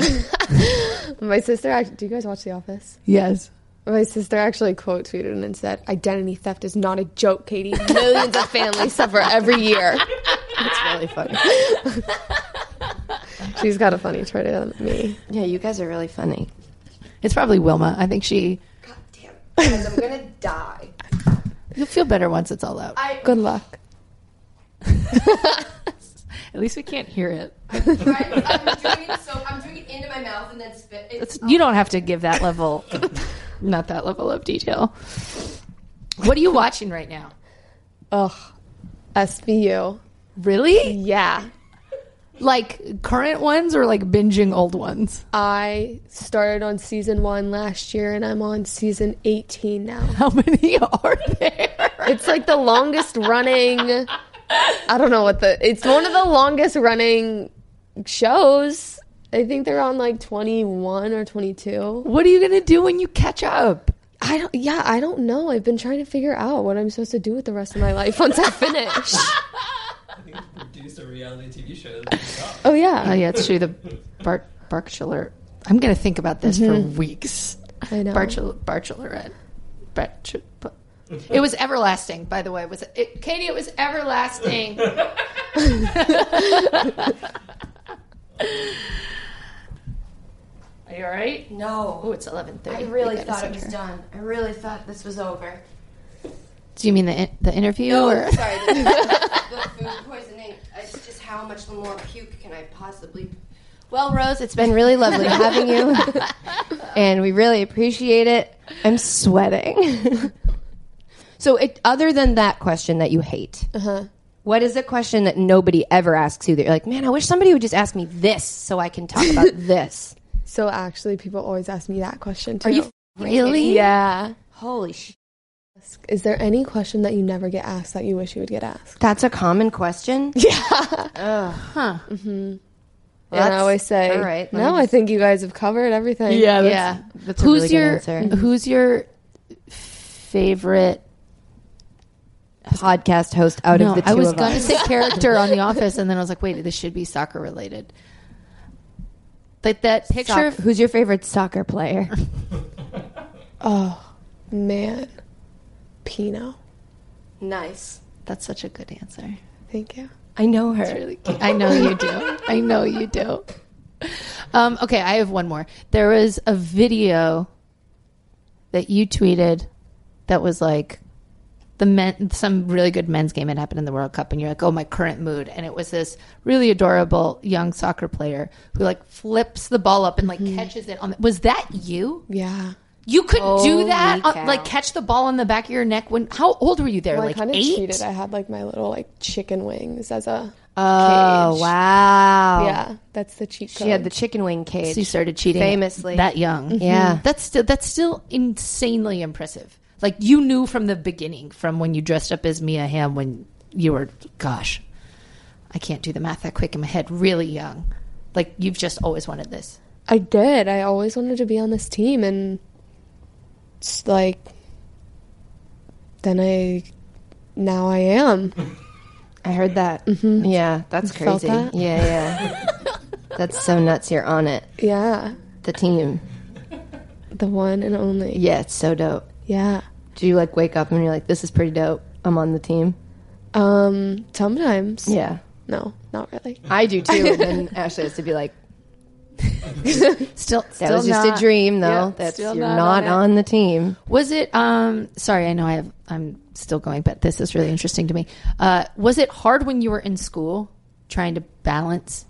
Speaker 7: my sister. Act- Do you guys watch The Office?
Speaker 3: yes.
Speaker 7: My sister actually quote tweeted and said, "Identity theft is not a joke, Katie. Millions of families suffer every year."
Speaker 4: It's really funny.
Speaker 7: She's got a funny Twitter than me.
Speaker 4: Yeah, you guys are really funny.
Speaker 3: It's probably Wilma. I think she.
Speaker 4: I'm gonna die.
Speaker 3: You'll feel better once it's all out.
Speaker 7: Good luck.
Speaker 3: At least we can't
Speaker 4: (laughs)
Speaker 3: hear it.
Speaker 4: so I'm doing it into my mouth and then spit. It's
Speaker 3: You don't have to give
Speaker 4: (laughs)
Speaker 3: that level, not that level of detail. What are you watching right now?
Speaker 7: Ugh. SVU.
Speaker 3: Really?
Speaker 7: Yeah.
Speaker 3: Like current ones or like binging old ones? (laughs)
Speaker 7: I started on season one last year and I'm on season 18 now.
Speaker 3: How many are there?
Speaker 7: It's like the longest running. I don't know what the. It's one of the longest running shows. I think they're on like 21 or 22.
Speaker 3: What are you going to do when you catch up?
Speaker 7: I don't. Yeah, I don't know. I've been trying to figure out what I'm supposed to do with the rest of my life once
Speaker 4: (laughs)
Speaker 7: I finish.
Speaker 5: Produce a reality TV show.
Speaker 7: oh yeah,
Speaker 3: Oh yeah, it's true. The Bart Barchler. I'm gonna think about this
Speaker 4: Mm-hmm.
Speaker 3: for weeks.
Speaker 7: I know.
Speaker 3: Barchel Barchlerette. Barch- Bar- it was everlasting, by the way. Was it, it Katie? It was everlasting. Are you all right?
Speaker 4: no.
Speaker 3: Oh, it's eleven thirty.
Speaker 4: I really thought it was done. I really thought this was over.
Speaker 3: Do you mean the the interview?
Speaker 8: Oh, sorry.
Speaker 7: (laughs)
Speaker 8: The, the food poisoning. It's just how much more puke can I possibly?
Speaker 4: Well, Rose, it's been really lovely having
Speaker 8: (laughs)
Speaker 4: you, and we really appreciate it. I'm sweating. so, it, other than that question that you hate,
Speaker 7: Uh-huh.
Speaker 4: what is a question that nobody ever asks you that you're like, man, I wish somebody would just ask me this so I can talk
Speaker 7: (laughs)
Speaker 4: about this?
Speaker 7: So actually, people always ask me that question too.
Speaker 4: Are you really?
Speaker 7: yeah.
Speaker 4: Holy sh!
Speaker 7: Is there any question that you never get asked that you wish you would get asked?
Speaker 4: That's a common
Speaker 7: (laughs)
Speaker 4: question.
Speaker 7: Mm-hmm. and I
Speaker 4: that's-
Speaker 7: always say,
Speaker 4: all right, let
Speaker 7: no,
Speaker 4: me
Speaker 7: I think you guys have covered everything.
Speaker 3: yeah.
Speaker 4: that's mm-hmm. a
Speaker 3: who's
Speaker 4: really good
Speaker 3: your
Speaker 4: answer.
Speaker 3: Who's your favorite
Speaker 4: Podcast host out
Speaker 3: No,
Speaker 4: of the two
Speaker 3: I was
Speaker 4: of
Speaker 3: going to
Speaker 4: us. (laughs)
Speaker 3: say character on The Office, and then I was like, wait, this should be soccer related. Like that picture
Speaker 4: Soc-
Speaker 3: of
Speaker 4: who's your favorite soccer player?
Speaker 7: Oh man, Pino.
Speaker 8: Nice.
Speaker 3: that's such a good answer.
Speaker 7: Thank you.
Speaker 4: I know her.
Speaker 3: Really cute. I know you do. I know you do. Um, okay, I have one more. There was a video that you tweeted that was like the men some really good men's game had happened in the World Cup and you're like, Oh my current mood and it was this really adorable young soccer player who like flips the ball up and like catches it on the, was that you?
Speaker 7: Yeah.
Speaker 3: You could do that,
Speaker 4: Holy
Speaker 3: uh,
Speaker 4: cow.
Speaker 3: like catch the ball on the back of your neck. When how old were you there?
Speaker 7: Well, I
Speaker 3: like
Speaker 7: kind of
Speaker 3: eight.
Speaker 7: cheated. I had like my little like chicken wings as a
Speaker 4: (laughs) Oh
Speaker 7: cage.
Speaker 4: wow!
Speaker 7: Yeah, that's the cheat code.
Speaker 4: She had the chicken wing cage.
Speaker 3: So you started cheating
Speaker 4: Famously.
Speaker 3: that young.
Speaker 4: Yeah.
Speaker 3: that's still that's still insanely impressive. Like you knew from the beginning, from when you dressed up as Mia Hamm, when you were, gosh, I can't do the math that quick in my head. Really young, like you've just always wanted this.
Speaker 7: I did. I always wanted to be on this team, and it's like, then I, now I am.
Speaker 4: I heard that. Yeah, that's
Speaker 7: felt
Speaker 4: crazy.
Speaker 7: that?
Speaker 4: Yeah, yeah. that's so nuts. You're on it.
Speaker 7: Yeah,
Speaker 4: The team.
Speaker 7: the one and only.
Speaker 4: Yeah, it's so dope.
Speaker 7: Yeah.
Speaker 4: Do you like wake up and you're like, this is pretty dope. I'm on the team.
Speaker 7: Um. Sometimes.
Speaker 4: Yeah,
Speaker 7: No, not really.
Speaker 4: I do too. And then Ashley has to be like,
Speaker 3: Still,
Speaker 4: That
Speaker 3: still
Speaker 4: was just
Speaker 3: not-
Speaker 4: a dream, though.
Speaker 3: Yeah,
Speaker 4: That's
Speaker 3: still
Speaker 4: you're not, on the team.
Speaker 3: Was it? Um, sorry, I know I have. I'm still going, but this is really interesting to me. Uh, was it hard when you were in school trying to balance?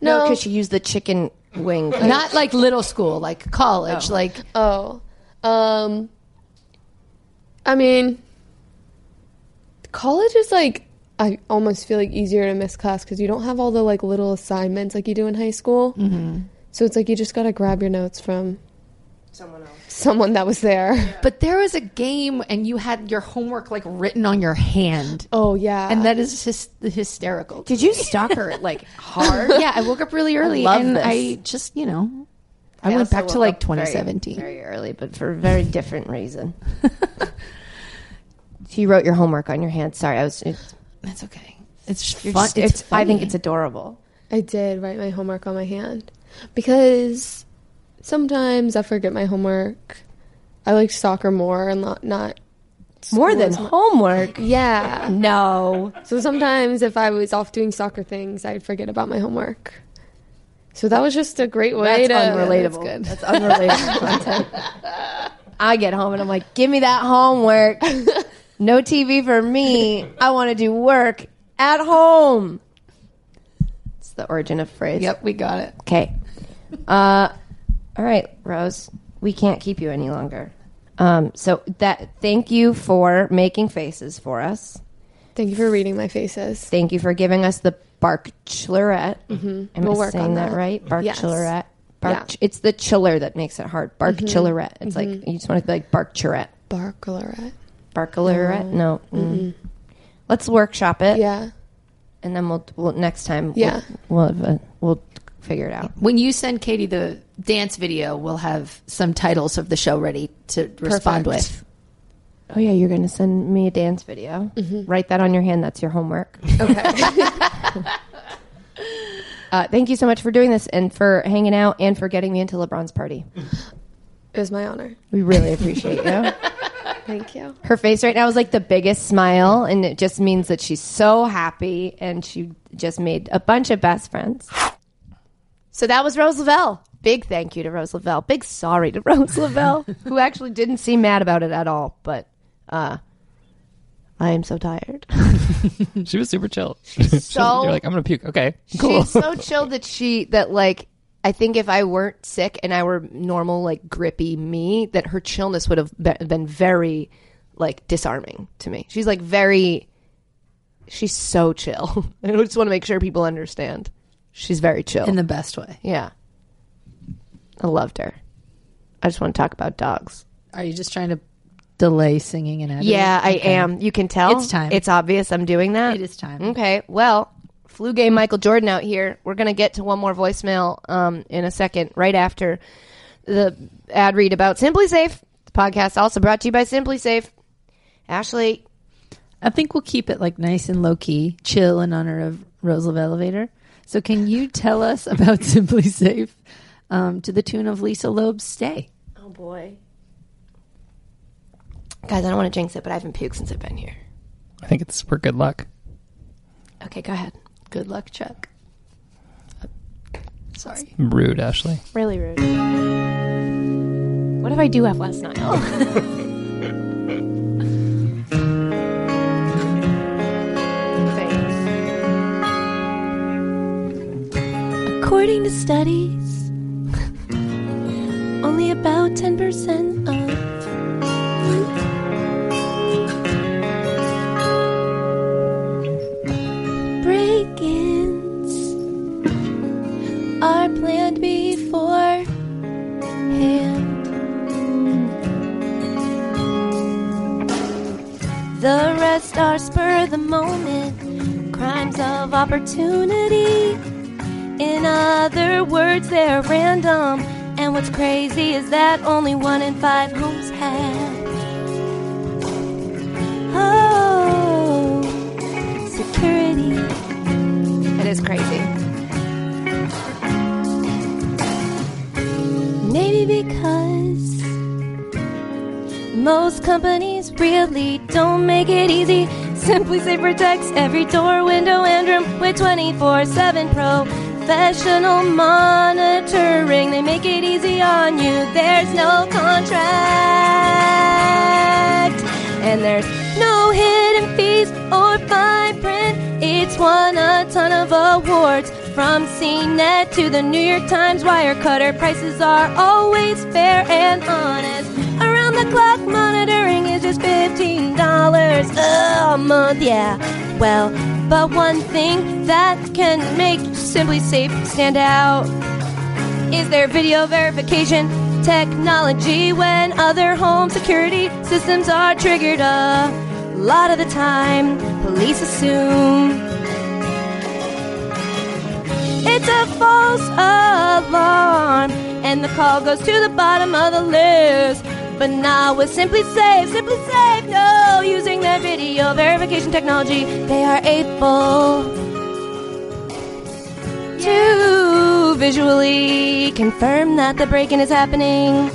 Speaker 4: No,
Speaker 7: No.
Speaker 4: because she used the chicken wing.
Speaker 3: Not like little school, like college, like
Speaker 7: Oh, um, I mean, college is like I almost feel like easier to miss class because you don't have all the like little assignments like you do in high school. Mm-hmm. So it's like you just gotta grab your notes from
Speaker 8: Someone else.
Speaker 7: someone that was there.
Speaker 3: (laughs) But there was a game, and you had your homework like written on your hand,
Speaker 7: Oh yeah,
Speaker 3: and that is hys- hysterical.
Speaker 2: Did
Speaker 3: (laughs)
Speaker 2: you stalk her like hard?
Speaker 3: yeah, I woke
Speaker 4: (laughs)
Speaker 3: up really early,
Speaker 4: love
Speaker 3: and
Speaker 4: this.
Speaker 3: I just you know, I, went back to like 2017.
Speaker 4: Very, early, but for a very different reason. (laughs) you wrote your homework on your hand. Sorry, I was. It's,
Speaker 3: That's okay. It's
Speaker 4: you're
Speaker 3: fun.
Speaker 4: just-
Speaker 3: it's,
Speaker 4: it's- I think
Speaker 3: funny.
Speaker 4: it's adorable.
Speaker 7: I did write my homework on my hand because sometimes I forget my homework. I like soccer more and not not
Speaker 4: More than
Speaker 7: school as
Speaker 4: homework.
Speaker 7: mu- yeah.
Speaker 4: No,
Speaker 7: So sometimes if I was off doing soccer things, I'd forget about my homework. So that was just a great way
Speaker 4: that's
Speaker 7: to
Speaker 4: unrelatable.
Speaker 7: That's good.
Speaker 4: That's
Speaker 3: (laughs)
Speaker 4: unrelatable content. I get home and I'm like, give me that homework. No TV for me. I want to do work at home. It's the origin of phrase.
Speaker 3: Yep, we got it.
Speaker 4: Okay. Uh, all right, Rose. We can't keep you any longer. Um, so that thank you for making faces for us.
Speaker 7: Thank you for reading my faces.
Speaker 4: Thank you for giving us the Barkchillerette. Am
Speaker 7: Mm-hmm.
Speaker 4: I
Speaker 7: We'll work
Speaker 4: saying
Speaker 7: on
Speaker 4: that,
Speaker 7: that.
Speaker 4: right?
Speaker 7: Yes.
Speaker 4: Barkchillerette. Bark.
Speaker 7: Yeah. Mm-hmm.
Speaker 4: It's the chiller that makes it hard. Barkchillerette. It's like you just want to be like Barkchillerette.
Speaker 7: Barclarette.
Speaker 4: Barkchillerette. No. Mm. Let's workshop it,
Speaker 7: Mm-hmm. Yeah.
Speaker 4: and then we'll, we'll next time.
Speaker 7: Yeah.
Speaker 4: We'll we'll, have a, we'll figure it out.
Speaker 3: When you send Katie the dance video, we'll have some titles of the show ready to respond
Speaker 7: Perfect.
Speaker 3: with.
Speaker 4: Oh yeah, you're gonna send me a dance video. Write that on your hand. That's your homework. Okay. (laughs) uh, thank you so much for doing this and for hanging out and for getting me into LeBron's party.
Speaker 7: It was my honor.
Speaker 4: We really appreciate you.
Speaker 7: Thank you.
Speaker 4: Her face right now is like the biggest smile, and it just means that she's so happy and she just made a bunch of best friends. So that was Rose Lavelle. Big thank you to Rose Lavelle. Big sorry to (laughs) Rose Lavelle, who actually didn't seem mad about it at all, but uh, I am so tired.
Speaker 5: (laughs)
Speaker 4: (laughs)
Speaker 5: (laughs) She was super chill. So you're like, I'm gonna puke. Okay, cool.
Speaker 4: She's so chill that she that like I think if I weren't sick and I were normal like grippy me, that her chillness would have be- been very like disarming to me. She's like very she's so chill. (laughs) I just want to make sure people understand. She's very chill.
Speaker 3: In the best way.
Speaker 4: yeah. I loved her. I just want to talk about dogs.
Speaker 3: Are you just trying to delay singing and editing?
Speaker 4: Yeah, I am. You can tell.
Speaker 3: It's time.
Speaker 4: It's obvious I'm doing that.
Speaker 3: It is time.
Speaker 4: Okay. Well, flu game Michael Jordan out here. We're going to get to one more voicemail um, in a second, right after the ad read about Simply Safe. The podcast also brought to you by Simply Safe. Ashley,
Speaker 2: I think we'll keep it like nice and low key, chill in honor of Roosevelt Elevator. So, can you tell us about (laughs) Simply Safe um, to the tune of Lisa Loeb's Stay?
Speaker 8: Oh boy.
Speaker 4: guys, I don't want to jinx it, but I haven't puked since I've been here.
Speaker 5: (laughs) I think it's for good luck.
Speaker 4: Okay, go ahead.
Speaker 2: Good luck, Chuck. Sorry.
Speaker 5: Rude, Ashley.
Speaker 4: Really rude. What if I do have last night? Thanks.
Speaker 9: According to studies, only about 10% of break ins are planned beforehand. The rest are spur of the moment, crimes of opportunity. In other words, they're random. And what's crazy is that only one in five homes have. Oh, security.
Speaker 4: It is crazy.
Speaker 9: Maybe because most companies really don't make it easy. Simply Safe protects every door, window, and room with 24 7 pro
Speaker 4: professional monitoring. They make it easy on you. There's no contract. And there's no hidden fees or fine print. It's won a ton of awards. From CNET to the New York Times Wirecutter, prices are always fair and honest. Around the clock monitoring is just $15 a month, yeah. Well, but one thing that can make Simply Safe stand out is their video verification technology when other home security systems are triggered a lot of the time police assume it's a false alarm and the call goes to the bottom of the list but now with Simply Safe, Simply Safe, no, using their video verification technology, they are able to visually confirm that the break in is happening.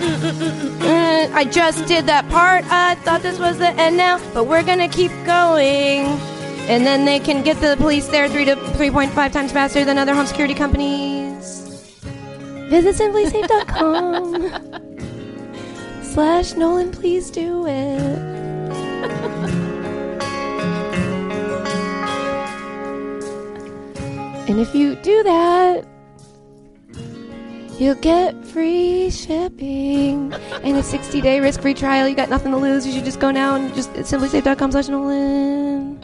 Speaker 4: Mm, I just did that part. I thought this was the end now, but we're gonna keep going. And then they can get the police there three to three point five times faster than other home security companies. Visit simplysafe.com slash Nolan, please do it. And if you do that, you'll get free shipping and a 60 day risk free trial. You got nothing to lose. You should just go now and just simplysafe.com slash Nolan.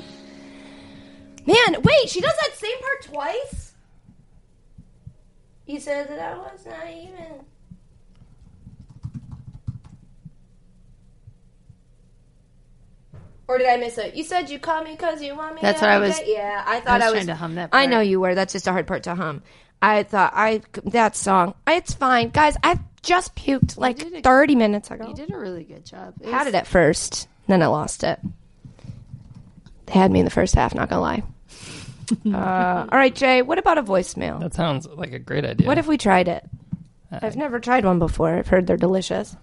Speaker 4: Man, wait, she does that same part twice? You said that I was not even. Or did I miss it? You said you called me because you want me.
Speaker 2: That's
Speaker 4: to
Speaker 2: what I was-
Speaker 4: Yeah, I
Speaker 2: I
Speaker 4: thought
Speaker 2: was
Speaker 4: I was.
Speaker 2: trying to hum that.
Speaker 4: I know you were. That's just a hard part to hum. I thought I that song. It's fine, guys. I just puked like
Speaker 2: did a-
Speaker 4: thirty minutes ago.
Speaker 2: You did a really good job. It
Speaker 4: Had it at first, then I lost it. They had me in the first half. Not gonna
Speaker 2: (laughs)
Speaker 4: lie. uh, all right, Jay. What about a voicemail?
Speaker 5: That sounds like a great idea.
Speaker 4: What if we tried it?
Speaker 5: Uh,
Speaker 4: I've never tried one before. I've heard they're delicious.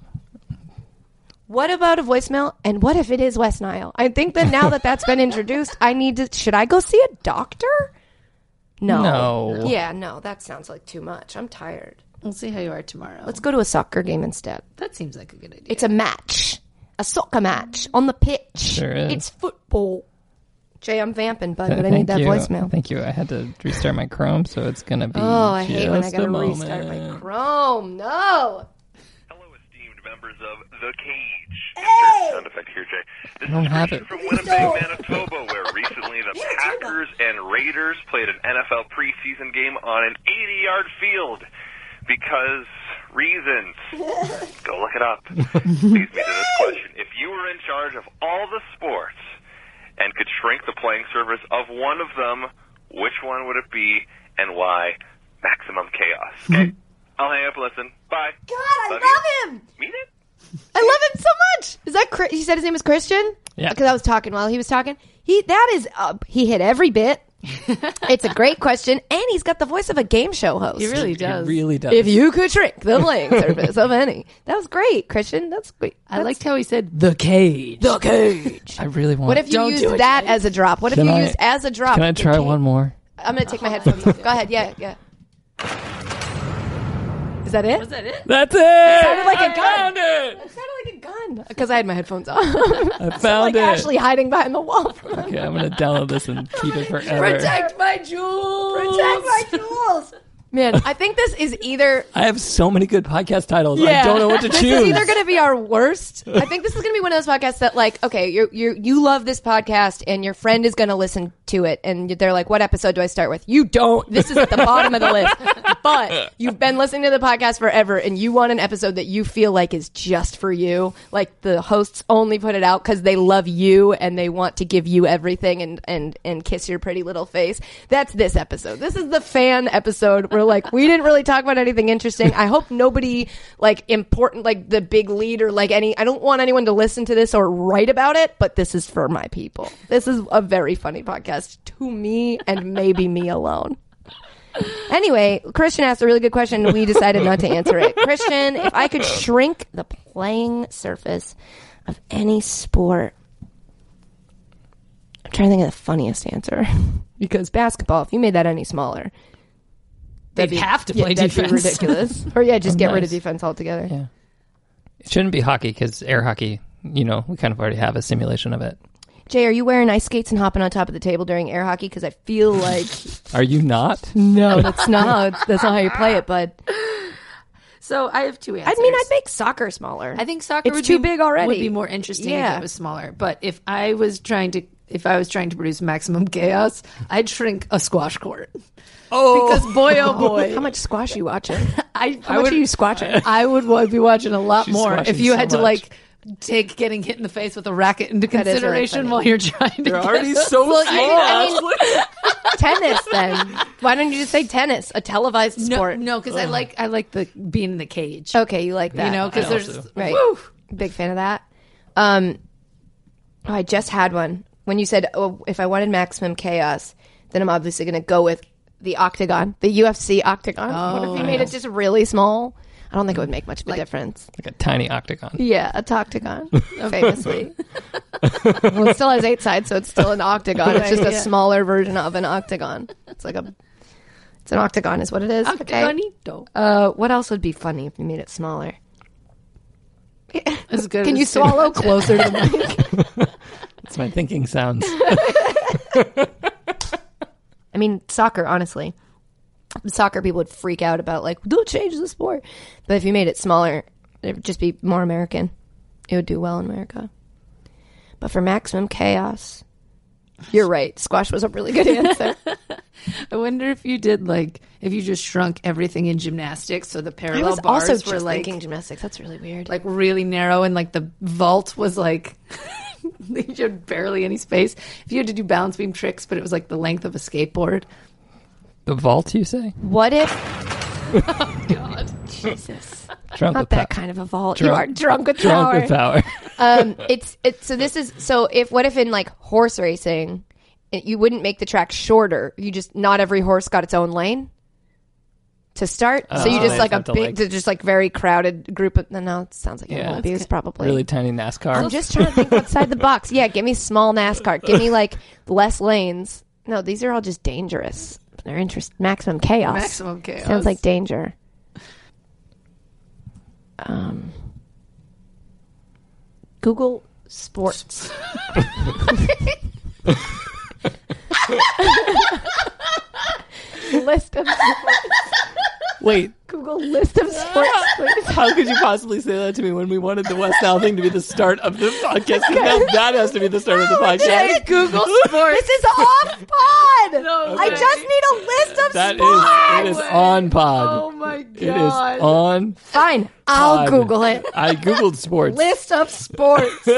Speaker 4: What about a voicemail? And what if it is West Nile? I think that now that that's been introduced, I need to. Should I go see a doctor? No.
Speaker 5: No.
Speaker 4: Yeah, no. That sounds like too much. I'm tired.
Speaker 2: We'll see how you are tomorrow.
Speaker 4: Let's go to a soccer game instead.
Speaker 2: that seems like a good idea.
Speaker 4: It's a match, a soccer match on the pitch.
Speaker 5: Sure is.
Speaker 4: It's football. Jay, I'm vamping, bud,
Speaker 5: Uh,
Speaker 4: but I need
Speaker 5: (laughs) thank
Speaker 4: that
Speaker 5: you.
Speaker 4: voicemail.
Speaker 5: Thank you. I had to restart my Chrome, so it's gonna be.
Speaker 4: Oh, I hate when I
Speaker 5: just
Speaker 4: gotta
Speaker 5: a
Speaker 4: restart my
Speaker 5: moment.
Speaker 4: Chrome. No.
Speaker 6: Hello, esteemed members of The Cage. Insert Sound effect here, Jay. This
Speaker 5: don't
Speaker 6: is
Speaker 5: have
Speaker 6: Christian
Speaker 5: it.
Speaker 6: from Winnipeg, Manitoba, where recently the Packers and Raiders played an NFL preseason game on an 80-yard field because reasons. Go look it
Speaker 5: (laughs)
Speaker 6: up. Leads me to this question: If you were in charge of all the sports and could shrink the playing surface of one of them, which one would it be, and why? Maximum
Speaker 4: (laughs)
Speaker 6: chaos. Okay, I'll hang up. and Listen. Bye. God,
Speaker 4: I love him.
Speaker 6: Mean it?
Speaker 4: I love him so much. Is that Chris? He said his name was Christian.
Speaker 5: Yeah.
Speaker 4: Because I was talking while he was talking. He that is uh, he hit every bit.
Speaker 5: (laughs)
Speaker 4: it's a great question, and he's got the voice of a game show host.
Speaker 2: It really
Speaker 5: It
Speaker 2: does.
Speaker 5: really does.
Speaker 4: if you could shrink the playing surface of any, that was great, Christian. That's great.
Speaker 2: I liked how he said the cage.
Speaker 4: the cage.
Speaker 5: I really want.
Speaker 4: What if you
Speaker 2: Don't
Speaker 4: used
Speaker 2: do it,
Speaker 4: that as a drop? What if
Speaker 5: Can
Speaker 4: you
Speaker 5: I-
Speaker 4: used as a drop?
Speaker 5: Can I
Speaker 4: the
Speaker 5: try
Speaker 4: cage?
Speaker 5: one more?
Speaker 4: I'm gonna take my headphones off. Go ahead. Yeah, yeah. Is that it?
Speaker 2: that it?
Speaker 5: That's it.
Speaker 4: sounded like a
Speaker 5: I
Speaker 4: gun.
Speaker 5: found it.
Speaker 4: It sounded like a gun because I had my headphones off.
Speaker 5: (laughs) I found
Speaker 4: like
Speaker 5: it.
Speaker 4: Ashley hiding behind the wall. From
Speaker 5: Okay, I'm gonna download this and
Speaker 4: (laughs)
Speaker 5: keep it forever.
Speaker 4: my jewels. Protect my jewels. Man, I think this is either
Speaker 5: I have so many good podcast titles.
Speaker 4: Yeah.
Speaker 5: I don't know what
Speaker 4: (laughs)
Speaker 5: to
Speaker 4: this
Speaker 5: choose.
Speaker 4: is either going to be our worst. I think this is going to be one of those podcasts that like, okay, you you you love this podcast and your friend is going to listen to it and they're like, what episode do I start with? You don't. This is at the bottom of the list. But you've been listening to the podcast forever and you want an episode that you feel like is just for you. Like the hosts only put it out cuz they love you and they want to give you everything and and and kiss your pretty little face. That's this episode. This is the fan episode where like we didn't really talk about anything interesting. I hope nobody like important like the big lead or like any I don't want anyone to listen to this or write about it, but this is for my people. This is a very funny podcast to me and maybe me alone. Anyway, Christian asked a really good question. We decided not to answer it. Christian, if I could shrink the playing surface of any sport, trying to think of the funniest answer (laughs) because basketball. If you made that any smaller, that'd
Speaker 5: They'd
Speaker 4: be-
Speaker 5: have to
Speaker 4: yeah,
Speaker 5: play
Speaker 4: that'd be
Speaker 2: (laughs)
Speaker 5: defense.
Speaker 4: ridiculous. or yeah, just
Speaker 5: Oh,
Speaker 4: get rid of
Speaker 5: nice.
Speaker 4: defense altogether.
Speaker 5: Yeah. It shouldn't be hockey because air hockey, you know, we kind of already have a simulation of it.
Speaker 4: Jay, are you wearing ice skates and hopping on top of the table during air hockey? Because I feel like
Speaker 5: Are you not?
Speaker 4: no, that's not how, that's not how you play it.
Speaker 2: (laughs)
Speaker 4: But
Speaker 2: So I have two
Speaker 4: I
Speaker 2: answers.
Speaker 4: mean, I'd make soccer smaller.
Speaker 2: I think soccer
Speaker 4: It's
Speaker 2: would
Speaker 4: too
Speaker 2: be,
Speaker 4: big already.
Speaker 2: Would be more interesting
Speaker 4: Yeah.
Speaker 2: if it was smaller. But if I was trying to, if I was trying to produce maximum chaos, I'd shrink a squash court. Oh, because
Speaker 4: (laughs)
Speaker 2: boy, oh boy,
Speaker 4: How much squash you watching?
Speaker 2: (laughs) I,
Speaker 4: How much
Speaker 2: would,
Speaker 4: are you squatching?
Speaker 2: I would wa- be watching a lot
Speaker 5: She's
Speaker 2: more if
Speaker 5: squashing
Speaker 2: you
Speaker 5: so
Speaker 2: had to
Speaker 5: much.
Speaker 2: like take getting hit in the face with a racket into
Speaker 4: That is really
Speaker 2: consideration
Speaker 4: funny.
Speaker 2: while you're trying to.
Speaker 5: They're
Speaker 2: get-
Speaker 5: already so small.
Speaker 4: (laughs) tennis then. Why don't you just say tennis? A televised
Speaker 2: no,
Speaker 4: sport.
Speaker 2: no, because I like I like the being in the cage.
Speaker 4: Okay, you like that.
Speaker 2: you know, because
Speaker 5: I
Speaker 2: there's
Speaker 5: also-
Speaker 4: right.
Speaker 2: Woo!
Speaker 4: Big fan of that. Um, oh, I just had one. When you said, oh, if I wanted maximum chaos, then I'm obviously going to go with the octagon, the UFC octagon. what if you made it just really small? I don't think it would make much of a difference.
Speaker 5: Like a tiny octagon.
Speaker 4: Yeah, a (laughs) octagon, famously. well, it still has eight sides, so it's still an octagon. It's just a smaller version of an octagon. It's like a, it's an octagon, is what it is. Okay.
Speaker 2: Octagonito.
Speaker 4: Uh, what else would be funny if you made it smaller?
Speaker 2: As good
Speaker 4: Can
Speaker 2: as
Speaker 4: you
Speaker 2: two. (laughs)
Speaker 4: swallow closer to the mic?
Speaker 5: That's my
Speaker 4: (laughs)
Speaker 5: thinking sounds.
Speaker 4: I mean, soccer, honestly. Soccer people would freak out about, like, don't change the sport. But if you made it smaller, it would just be more American. It would do well in America. But for maximum chaos, you're right. Squash was a really
Speaker 2: (laughs)
Speaker 4: good answer.
Speaker 2: I wonder if you did like if you just shrunk everything in gymnastics, so the
Speaker 4: I
Speaker 2: parallel
Speaker 4: was
Speaker 2: bars
Speaker 4: also
Speaker 2: were
Speaker 4: just
Speaker 2: like
Speaker 4: thinking gymnastics. That's really weird.
Speaker 2: like really narrow, and like the vault was like (laughs) you had barely any space. If you had to do balance beam tricks, but it was like the length of a skateboard.
Speaker 5: The vault, you say?
Speaker 4: what
Speaker 5: (laughs)
Speaker 4: if Oh,
Speaker 5: Drunk
Speaker 4: not
Speaker 5: with pow-
Speaker 4: that kind of a vault? You are
Speaker 5: Drunk-
Speaker 4: drunk with
Speaker 5: Drunk
Speaker 4: power.
Speaker 5: with power.
Speaker 4: um, it's it's so this is so if what if in like horse racing, it, you wouldn't make the track shorter. You just not every horse got its own lane to start. so you
Speaker 5: so
Speaker 4: just
Speaker 5: they'd
Speaker 4: like a
Speaker 5: Oh, have to,
Speaker 4: big,
Speaker 5: like-
Speaker 4: to just like very crowded group of. No, no it sounds (laughs) like
Speaker 5: Yeah.
Speaker 4: animal abuse probably.
Speaker 5: really tiny NASCAR.
Speaker 4: I'm just trying to think outside the box. Yeah, give me small NASCAR. Give me like less lanes. No, these are all just dangerous. They're interest maximum chaos.
Speaker 2: Maximum chaos.
Speaker 4: Sounds like danger. Um, Google
Speaker 2: (laughs)
Speaker 4: sports. list of
Speaker 5: Wait,
Speaker 4: Google list of
Speaker 5: (laughs)
Speaker 4: sports. please.
Speaker 5: how could you possibly say that to me when we wanted the West Nile thing to be the start of the podcast? 'Cause Now that has to be the start of the podcast. (laughs)
Speaker 2: Google sports.
Speaker 4: This is off pod. I
Speaker 5: Okay.
Speaker 4: just need a list of
Speaker 5: That
Speaker 4: sports.
Speaker 5: is, it is on pod.
Speaker 2: oh my
Speaker 5: It is
Speaker 2: god!
Speaker 5: on.
Speaker 4: Fine, I'll
Speaker 5: Pod.
Speaker 4: Google it.
Speaker 5: I googled sports.
Speaker 4: List of
Speaker 5: (laughs)
Speaker 4: sports.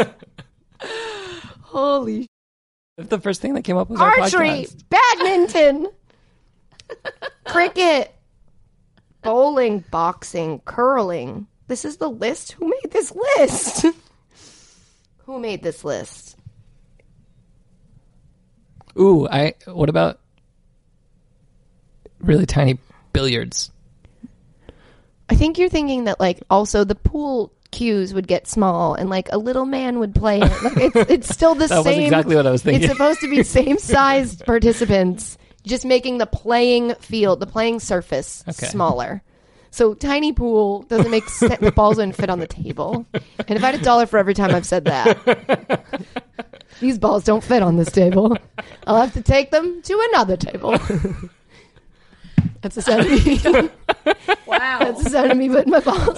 Speaker 2: Holy
Speaker 5: The first thing that came up was our
Speaker 4: archery,
Speaker 5: podcast.
Speaker 4: badminton, cricket, bowling, boxing, curling. This is the list. Who made this list? Who made this list?
Speaker 5: Ooh, I. What about really tiny billiards?
Speaker 4: I think you're thinking that like also the pool cues would get small and like a little man would play it. Like, it's, it's still the
Speaker 5: That was
Speaker 4: same.
Speaker 5: exactly what I was thinking.
Speaker 4: It's supposed
Speaker 5: (laughs)
Speaker 4: to be same sized participants, just making the playing field, the playing surface
Speaker 5: Okay.
Speaker 4: smaller. So tiny pool doesn't make sense. the balls wouldn't fit on the table. And if I had a dollar for every time I've said that, these balls don't fit on this table. I'll have to take them to another table. That's the sound of (laughs) me.
Speaker 2: (laughs)
Speaker 4: wow. That's the sound of me putting my balls.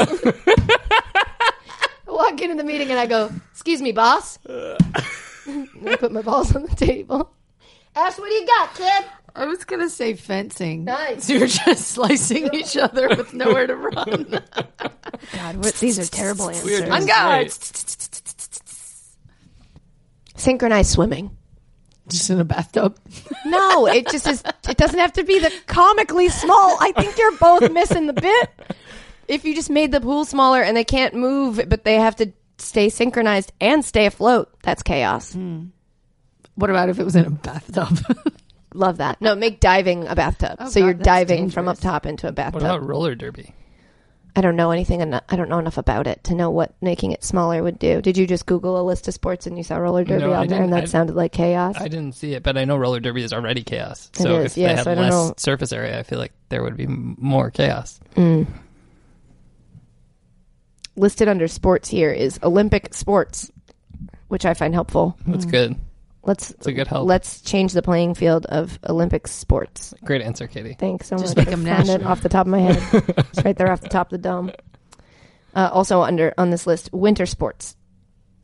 Speaker 4: I walk into the meeting and I go, "Excuse me, boss." I put my balls on the table. Ash, what do you got, kid?
Speaker 2: I was gonna say fencing.
Speaker 4: Nice.
Speaker 2: You're just slicing each other with nowhere
Speaker 4: (laughs)
Speaker 2: to run.
Speaker 4: God, what, these are terrible answers.
Speaker 5: Weird.
Speaker 2: On guard.
Speaker 4: Synchronized swimming.
Speaker 2: Just in a bathtub.
Speaker 4: No, it just is. It doesn't have to be the comically small. I think you're both missing the bit. If you just made the pool smaller and they can't move, but they have to stay synchronized and stay afloat, that's chaos.
Speaker 2: What about if it was in a (laughs) bathtub?
Speaker 4: Love that. No, make diving a bathtub. so
Speaker 2: God,
Speaker 4: you're
Speaker 2: that's
Speaker 4: diving from up
Speaker 2: dangerous.
Speaker 4: top into a
Speaker 5: What
Speaker 4: bathtub.
Speaker 5: about roller derby?
Speaker 4: I don't know anything. eno- I don't know enough about it to know what making it smaller would do. Did you just Google a list of sports and you saw roller derby
Speaker 5: No, I
Speaker 4: on there, and
Speaker 5: didn't.
Speaker 4: that
Speaker 5: I-
Speaker 4: sounded like chaos?
Speaker 5: I didn't see it, but I know roller derby is already chaos.
Speaker 4: It
Speaker 5: So
Speaker 4: is,
Speaker 5: if
Speaker 4: yeah,
Speaker 5: they had
Speaker 4: so I don't
Speaker 5: less
Speaker 4: know.
Speaker 5: surface area, I feel like there would be m- more chaos.
Speaker 4: Mm. Listed under sports here is Olympic sports, which I find helpful.
Speaker 5: That's good.
Speaker 4: Hmm. Let's
Speaker 5: It's a good help.
Speaker 4: let's change the playing field of Olympic sports.
Speaker 5: Great answer, Katie.
Speaker 4: Thanks so
Speaker 5: Just
Speaker 4: much.
Speaker 5: make 'em
Speaker 4: I found it
Speaker 5: national.
Speaker 4: off the top of my head. it's right there off the top of the dome. Uh, also under on this list, winter sports.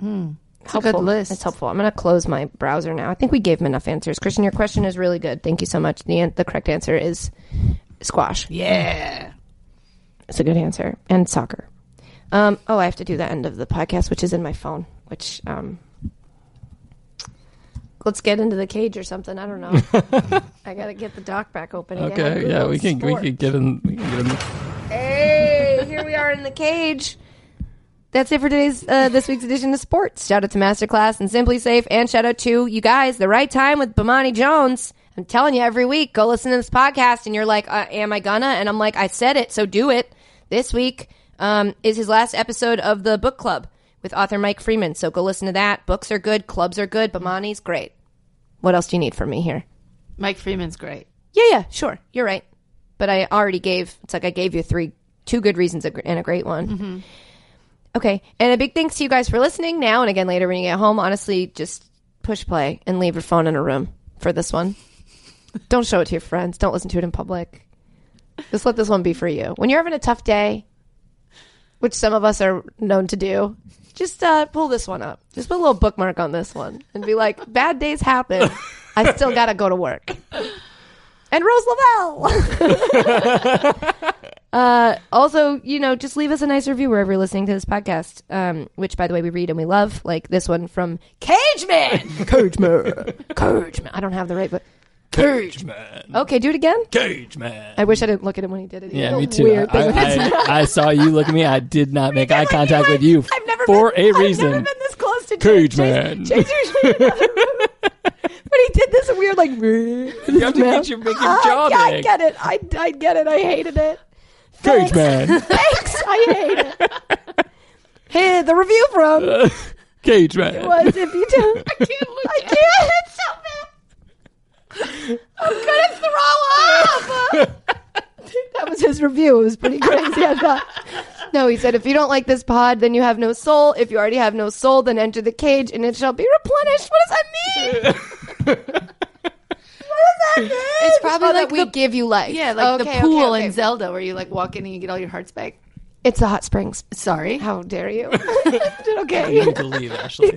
Speaker 2: Mm. It's a
Speaker 4: helpful.
Speaker 2: good list.
Speaker 4: It's helpful. I'm going to close my browser now. I think we gave him enough answers. Christian, your question is really good. Thank you so much. The an- the correct answer is squash.
Speaker 2: Yeah.
Speaker 4: It's a good answer. And soccer. Um, oh, I have to do the end of the podcast, which is in my phone, which um, let's get into the cage or something. I don't know. I got to get the dock back open again. I
Speaker 5: Okay, yeah,
Speaker 4: Googled
Speaker 5: we can we
Speaker 4: sports.
Speaker 5: can get in. We can get in.
Speaker 4: Hey, here we are in the cage. That's it for today's uh, this week's edition of sports. Shout out to Masterclass and Simply Safe, and shout out to you guys. The right time with Bamani Jones. I'm telling you every week, go listen to this podcast, and you're like, uh, "Am I gonna?" And I'm like, "I said it, so do it." This week um, is his last episode of the book club with author Mike Freeman. So go listen to that. Books are good, clubs are good. Bamani's great. What else do you need from me here?
Speaker 2: Mike Freeman's great.
Speaker 4: Yeah, yeah, sure. You're right. But I already gave, it's like I gave you three, two good reasons and a great one. Okay. And a big thanks to you guys for listening now and again later when you get home. Honestly, just push play and leave your phone in a room for this one. Don't show it to your friends. Don't listen to it in public. Just let this one be for you. When you're having a tough day, which some of us are known to do, just uh, pull this one up. Just put a little bookmark on this one and be like, bad days happen. I still got to go to work. And Rose Lavelle. (laughs) Uh, also, you know, just leave us a nice review wherever you're listening to this podcast, um, which, by the way, we read and we love. Like this one from Cageman. Cageman. (laughs) Cageman. I don't have the right, but
Speaker 5: Cage man.
Speaker 4: okay, do it again.
Speaker 5: Cage man.
Speaker 4: I wish I didn't look at him when he did it.
Speaker 5: Yeah,
Speaker 4: What a
Speaker 5: me too.
Speaker 4: Weird
Speaker 5: I,
Speaker 4: thing.
Speaker 5: I, I saw you look at me. I did not make eye contact with you I've never for a reason.
Speaker 4: this close to Chase.
Speaker 5: Cage man.
Speaker 4: Chase usually, but he did this weird
Speaker 5: (laughs)
Speaker 4: like. You
Speaker 5: have to make your, make your jaw
Speaker 4: yeah, I
Speaker 5: big.
Speaker 4: get it. I, I get it. I hated it.
Speaker 5: Cage man.
Speaker 4: Thanks. I hate it. Hey, the review from
Speaker 5: (laughs) Cage man.
Speaker 4: was
Speaker 5: (laughs)
Speaker 4: if you don't. I can't look. I can't. It's so bad. I'm gonna throw up. that was his review. It was pretty crazy. I thought. No, he said, if you don't like this pod, then you have no soul. If you already have no soul, then enter the cage and it shall be replenished. What does that mean? what does that mean? It's
Speaker 2: probably like
Speaker 4: we
Speaker 2: the-
Speaker 4: give you life.
Speaker 2: Yeah, like
Speaker 4: Okay,
Speaker 2: the
Speaker 4: okay,
Speaker 2: pool
Speaker 4: okay.
Speaker 2: in Zelda where you like walk in and you get all your hearts back.
Speaker 4: It's the hot springs.
Speaker 2: Sorry.
Speaker 4: How dare
Speaker 7: (laughs)
Speaker 4: you? (laughs)
Speaker 5: You
Speaker 4: okay.
Speaker 5: need to leave,
Speaker 4: (laughs)
Speaker 5: Ashley.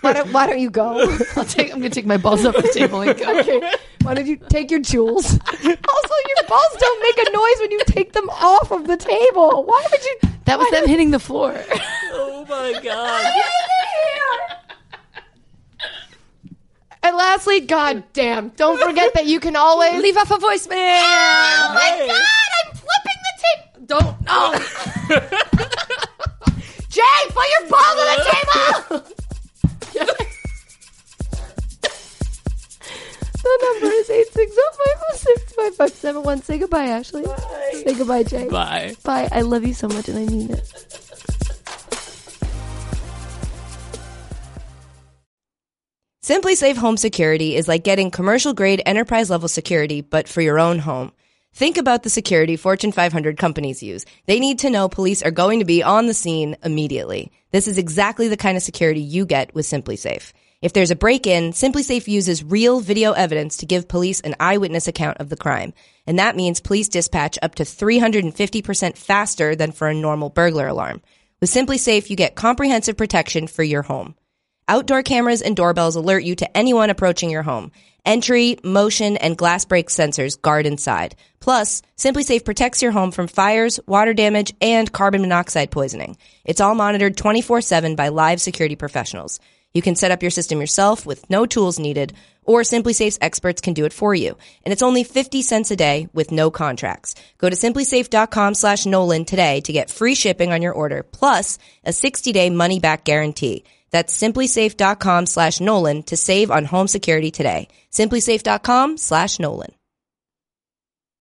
Speaker 4: Why don't, why don't you go?
Speaker 2: I'll take, I'm going to take my balls off the table and go.
Speaker 4: okay. Why don't you take your
Speaker 2: (laughs)
Speaker 4: jewels? also, your balls don't make a noise when you take them off of the table. Why would you?
Speaker 2: That was them hitting the floor.
Speaker 5: oh my god.
Speaker 4: And lastly, God damn, don't forget that you can always leave off a voicemail. Oh my God, I'm flipping the table. Don't no. (laughs) Jay, put your balls on the table. the number is eight six zero five zero six five five seven one. Say goodbye, Ashley. Say goodbye, Jay.
Speaker 5: Bye.
Speaker 4: Bye. I love you so much, and I mean it.
Speaker 10: Simply Safe Home Security is like getting commercial grade enterprise level security, but for your own home. Think about the security Fortune 500 companies use. They need to know police are going to be on the scene immediately. This is exactly the kind of security you get with Simply Safe. If there's a break in, Simply Safe uses real video evidence to give police an eyewitness account of the crime. And that means police dispatch up to 350% faster than for a normal burglar alarm. With Simply Safe, you get comprehensive protection for your home. Outdoor cameras and doorbells alert you to anyone approaching your home. Entry, motion, and glass break sensors guard inside. Plus, SimpliSafe protects your home from fires, water damage, and carbon monoxide poisoning. It's all monitored 24-7 by live security professionals. You can set up your system yourself with no tools needed, or SimpliSafe's experts can do it for you. And it's only 50 cents a day with no contracts. Go to simplysafe.com slash Nolan today to get free shipping on your order, plus a 60-day money-back guarantee. That's simplysafe.com slash Nolan to save on home security today. Simplysafe.com slash Nolan.